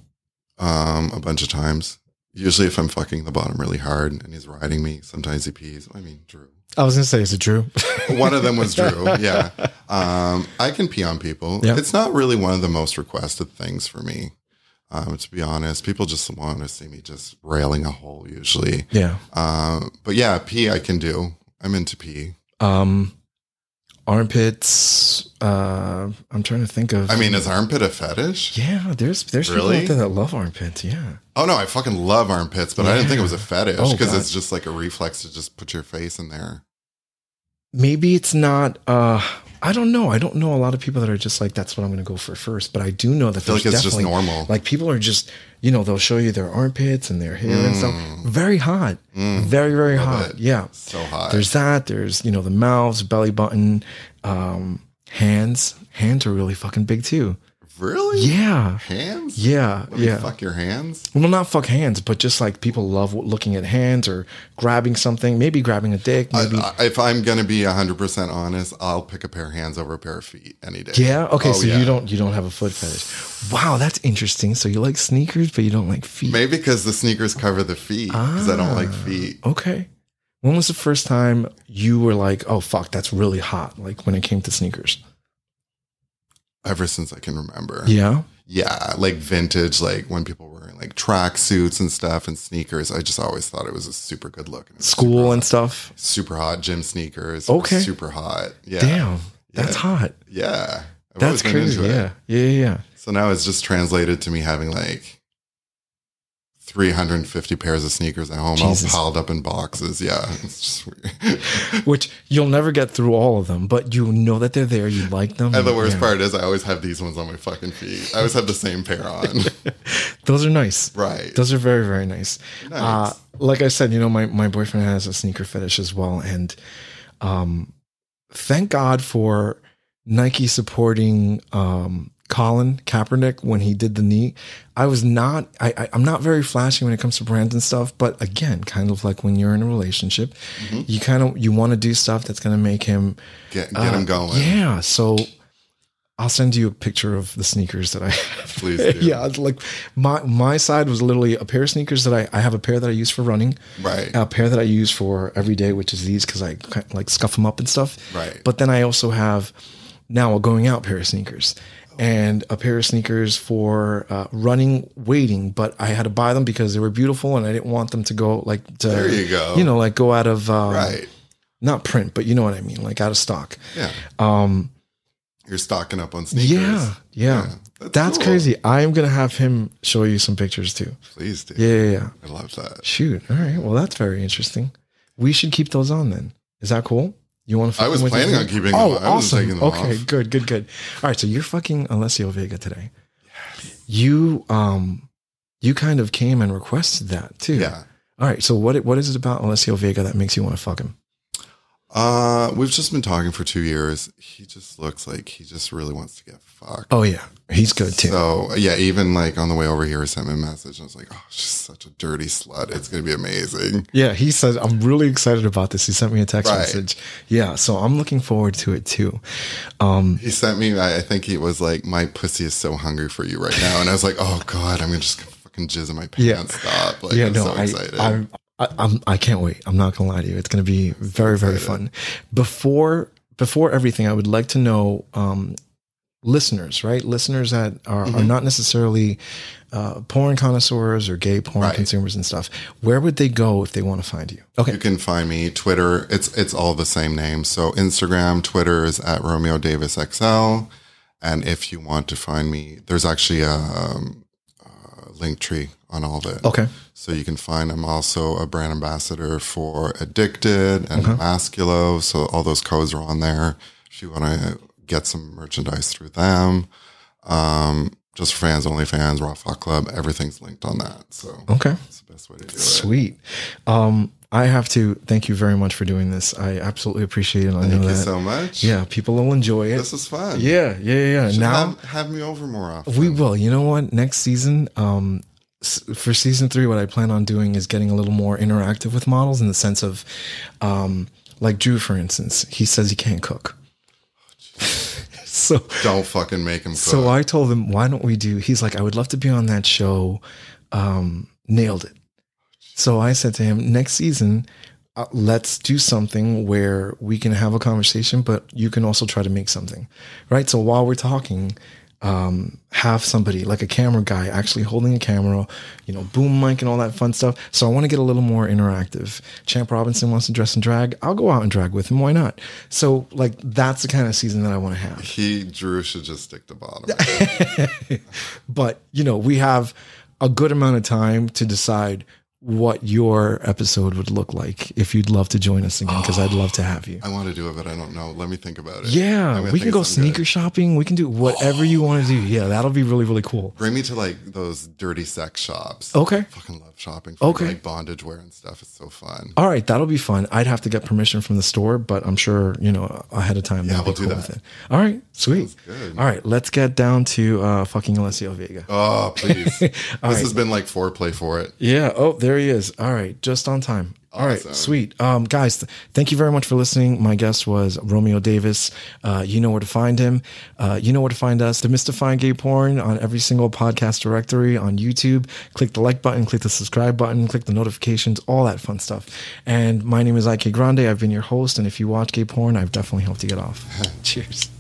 Speaker 2: um, a bunch of times. Usually, if I'm fucking the bottom really hard and he's riding me, sometimes he pees. I mean, Drew.
Speaker 1: I was gonna say, is it Drew?
Speaker 2: One of them was Drew. Yeah. Um, I can pee on people.
Speaker 1: Yeah.
Speaker 2: It's not really one of the most requested things for me. Um, to be honest, people just want to see me just railing a hole usually.
Speaker 1: yeah.
Speaker 2: Um, but yeah, pee I can do. I'm into pee.
Speaker 1: Um, armpits. Uh, I'm trying to think of.
Speaker 2: I mean, is armpit a fetish?
Speaker 1: yeah. There's there's people
Speaker 2: Really?
Speaker 1: out there that love armpits. Yeah.
Speaker 2: Oh no, I fucking love armpits, but I didn't think it was a fetish
Speaker 1: Oh,
Speaker 2: because
Speaker 1: God.
Speaker 2: it's just like a reflex to just put your face in there.
Speaker 1: maybe it's not uh I don't know. I don't know a lot of people that are just like, that's what I'm going to go for first. But I do know that
Speaker 2: feel like
Speaker 1: there's
Speaker 2: it's just
Speaker 1: definitely-
Speaker 2: normal.
Speaker 1: Like people are just, you know, they'll show you their armpits and their hair and stuff. Very hot. Very, very hot.
Speaker 2: Mm. it.
Speaker 1: Yeah.
Speaker 2: So hot.
Speaker 1: Mm. There's that. There's, you know, the mouths, belly button, um, hands. Hands are really fucking big too.
Speaker 2: really?
Speaker 1: Yeah.
Speaker 2: Hands?
Speaker 1: Yeah.
Speaker 2: Let me
Speaker 1: yeah.
Speaker 2: fuck your hands.
Speaker 1: Well, not fuck hands, but just like people love w- looking at hands or grabbing something, maybe grabbing a dick, maybe.
Speaker 2: I- if I'm gonna be 100% honest, I'll pick a pair of hands over a pair of feet any day.
Speaker 1: yeah. Okay.
Speaker 2: Oh,
Speaker 1: so
Speaker 2: yeah.
Speaker 1: you don't you don't have a foot fetish. Wow, that's interesting. So you like sneakers, but you don't like feet.
Speaker 2: Maybe because the sneakers cover the feet because I don't
Speaker 1: Ah.
Speaker 2: like feet.
Speaker 1: Okay. When was the first time you were like, "Oh fuck, that's really hot"? Like when it came to sneakers.
Speaker 2: Ever since I can remember.
Speaker 1: Yeah.
Speaker 2: Yeah, like vintage, like when people were wearing like track suits and stuff and sneakers. I just always thought it was a super good look. and it was
Speaker 1: School and stuff.
Speaker 2: super hot gym sneakers. It was
Speaker 1: Okay.
Speaker 2: super hot. Yeah,
Speaker 1: Damn, that's hot.
Speaker 2: yeah. I've
Speaker 1: That's crazy. Yeah. Yeah. Yeah. yeah.
Speaker 2: So now it's just translated to me having like 350 pairs of sneakers at home,
Speaker 1: Jesus.
Speaker 2: all piled up in boxes. Yeah, it's just weird.
Speaker 1: Which you'll never get through all of them, but you know that they're there. You like them.
Speaker 2: and the worst
Speaker 1: yeah.
Speaker 2: part is I always have these ones on my fucking feet. I always have the same pair on.
Speaker 1: Those are nice.
Speaker 2: right.
Speaker 1: Those are very, very nice.
Speaker 2: Nice.
Speaker 1: Uh, like I said, you know, my, my boyfriend has a sneaker fetish as well. And um, thank God for Nike supporting um, Colin Kaepernick when he did the knee. I was not, I, I, I'm not very flashy when it comes to brands and stuff. But again, kind of like when you're in a relationship, you kind of, you want to do stuff that's going to make him
Speaker 2: get get
Speaker 1: uh,
Speaker 2: them going.
Speaker 1: Yeah. So I'll send you a picture of the sneakers that I have.
Speaker 2: Please do.
Speaker 1: yeah. it's Like my my side was literally a pair of sneakers that I, I have a pair that I use for running,
Speaker 2: Right.
Speaker 1: a pair that I use for every day, which is these because I kind of, like scuff them up and stuff.
Speaker 2: Right.
Speaker 1: But then I also have now a going out pair of sneakers. And a pair of sneakers for uh, running, waiting, but I had to buy them because they were beautiful, and I didn't want them to go like to,
Speaker 2: There you go.
Speaker 1: uh, you know, like go out of uh,
Speaker 2: right.
Speaker 1: not print, but you know what I mean, like out of stock.
Speaker 2: Yeah.
Speaker 1: Um,
Speaker 2: You're stocking up on sneakers.
Speaker 1: yeah, yeah,
Speaker 2: Yeah,
Speaker 1: That's,
Speaker 2: that's cool.
Speaker 1: crazy. I am gonna have him show you some pictures too.
Speaker 2: Please do.
Speaker 1: Yeah, yeah, yeah.
Speaker 2: I love that.
Speaker 1: Shoot. All right. Well, that's very interesting. We should keep those on then. Is that cool? You want to?
Speaker 2: I was planning on keeping them
Speaker 1: Oh,
Speaker 2: on. I wasn't
Speaker 1: awesome.
Speaker 2: taking them
Speaker 1: okay,
Speaker 2: off.
Speaker 1: good, good, good. All right. So you're fucking Alessio Vega today. You um, you kind of came and requested that too.
Speaker 2: Yeah.
Speaker 1: All right. So what what is it about Alessio Vega that makes you want to fuck him?
Speaker 2: Uh, we've just been talking for two years. He just looks like he just really wants to get fucked.
Speaker 1: Oh yeah, he's good too.
Speaker 2: So yeah, even like on the way over here, he sent me a message. And I was like, oh, she's such a dirty slut. It's gonna be amazing.
Speaker 1: Yeah, he said, I'm really excited about this. He sent me a text
Speaker 2: Right.
Speaker 1: message. Yeah, so I'm looking forward to it too. Um,
Speaker 2: He sent me. I I think he was like, my pussy is so hungry for you right now. And I was like, oh god, I'm gonna just fucking jizz in my pants.
Speaker 1: Yeah.
Speaker 2: Stop. Like,
Speaker 1: yeah,
Speaker 2: I'm
Speaker 1: no,
Speaker 2: so
Speaker 1: I,
Speaker 2: excited.
Speaker 1: I'm, I, I'm, I can't wait. I'm not gonna lie to you. It's gonna be very, very fun. Before, before everything, I would like to know, um, listeners, right? Listeners that are,
Speaker 2: Mm-hmm.
Speaker 1: are not necessarily uh, porn connoisseurs or gay porn
Speaker 2: Right.
Speaker 1: consumers and stuff. Where would they go if they want to find you? Okay.
Speaker 2: You can find me Twitter. It's it's all the same name. So Instagram, Twitter is at Romeo Davis XL. And if you want to find me, there's actually a, um, uh link tree on all of it.
Speaker 1: Okay.
Speaker 2: So you can find I'm also a brand ambassador for Addicted and Masculo. So all those codes are on there. If you want to get some merchandise through them, um, just fans, only fans, Raw Fuck Club, everything's linked on that. So
Speaker 1: Okay.
Speaker 2: that's the best way to do it.
Speaker 1: Sweet. Um, I have to thank you very much for doing this. I absolutely appreciate it. I know
Speaker 2: Thank you
Speaker 1: that.
Speaker 2: so much.
Speaker 1: yeah, people will enjoy it.
Speaker 2: This is fun.
Speaker 1: Yeah, yeah, yeah. yeah. Now
Speaker 2: have, have me over more often.
Speaker 1: we will. You know what? Next season, um, s- for season three, what I plan on doing is getting a little more interactive with models in the sense of, um, like Drew, for instance, he says he can't cook.
Speaker 2: Oh,
Speaker 1: so
Speaker 2: Don't fucking make him cook.
Speaker 1: so I told him, why don't we do? He's like, I would love to be on that show. Um, nailed it. So I said to him, next season, uh, let's do something where we can have a conversation, but you can also try to make something, right? So while we're talking, um, have somebody like a camera guy actually holding a camera, you know, boom mic and all that fun stuff. So I want to get a little more interactive. Champ Robinson wants to dress and drag. I'll go out and drag with him. Why not? So like that's the kind of season that I want to have.
Speaker 2: he Drew should just stick to bottom.
Speaker 1: but you know we have a good amount of time to decide what your episode would look like if you'd love to join us again because I'd love to have you.
Speaker 2: I want to do it, but I don't know. Let me think about it. I'm
Speaker 1: Yeah,
Speaker 2: gonna
Speaker 1: we
Speaker 2: think
Speaker 1: can
Speaker 2: of
Speaker 1: go
Speaker 2: something
Speaker 1: sneaker
Speaker 2: good.
Speaker 1: shopping. We can do whatever you want to do. Yeah, that'll be really really cool.
Speaker 2: Bring me to like those dirty sex shops.
Speaker 1: Okay.
Speaker 2: fucking love shopping for
Speaker 1: Okay.
Speaker 2: like bondage wear and stuff. It's so fun.
Speaker 1: All right, that'll be fun. I'd have to get permission from the store, but I'm sure you know ahead of time. Yeah,
Speaker 2: we'll do that.
Speaker 1: All right, sweet.
Speaker 2: good.
Speaker 1: All right, let's get down to uh, fucking Alessio Vega.
Speaker 2: Oh, please. this has been like foreplay for it.
Speaker 1: Yeah. Oh, there he is. All right. Just on time. All right,
Speaker 2: Awesome.
Speaker 1: Sweet. Um, guys, th- thank you very much for listening. My guest was Romeo Davis. Uh, you know where to find him. Uh, you know where to find us. Demystifying Gay Porn on every single podcast directory on YouTube. Click the like button, click the subscribe button, click the notifications, all that fun stuff. And my name is IK Grande. I've been your host. And if you watch gay porn, I've definitely helped you get off. Cheers.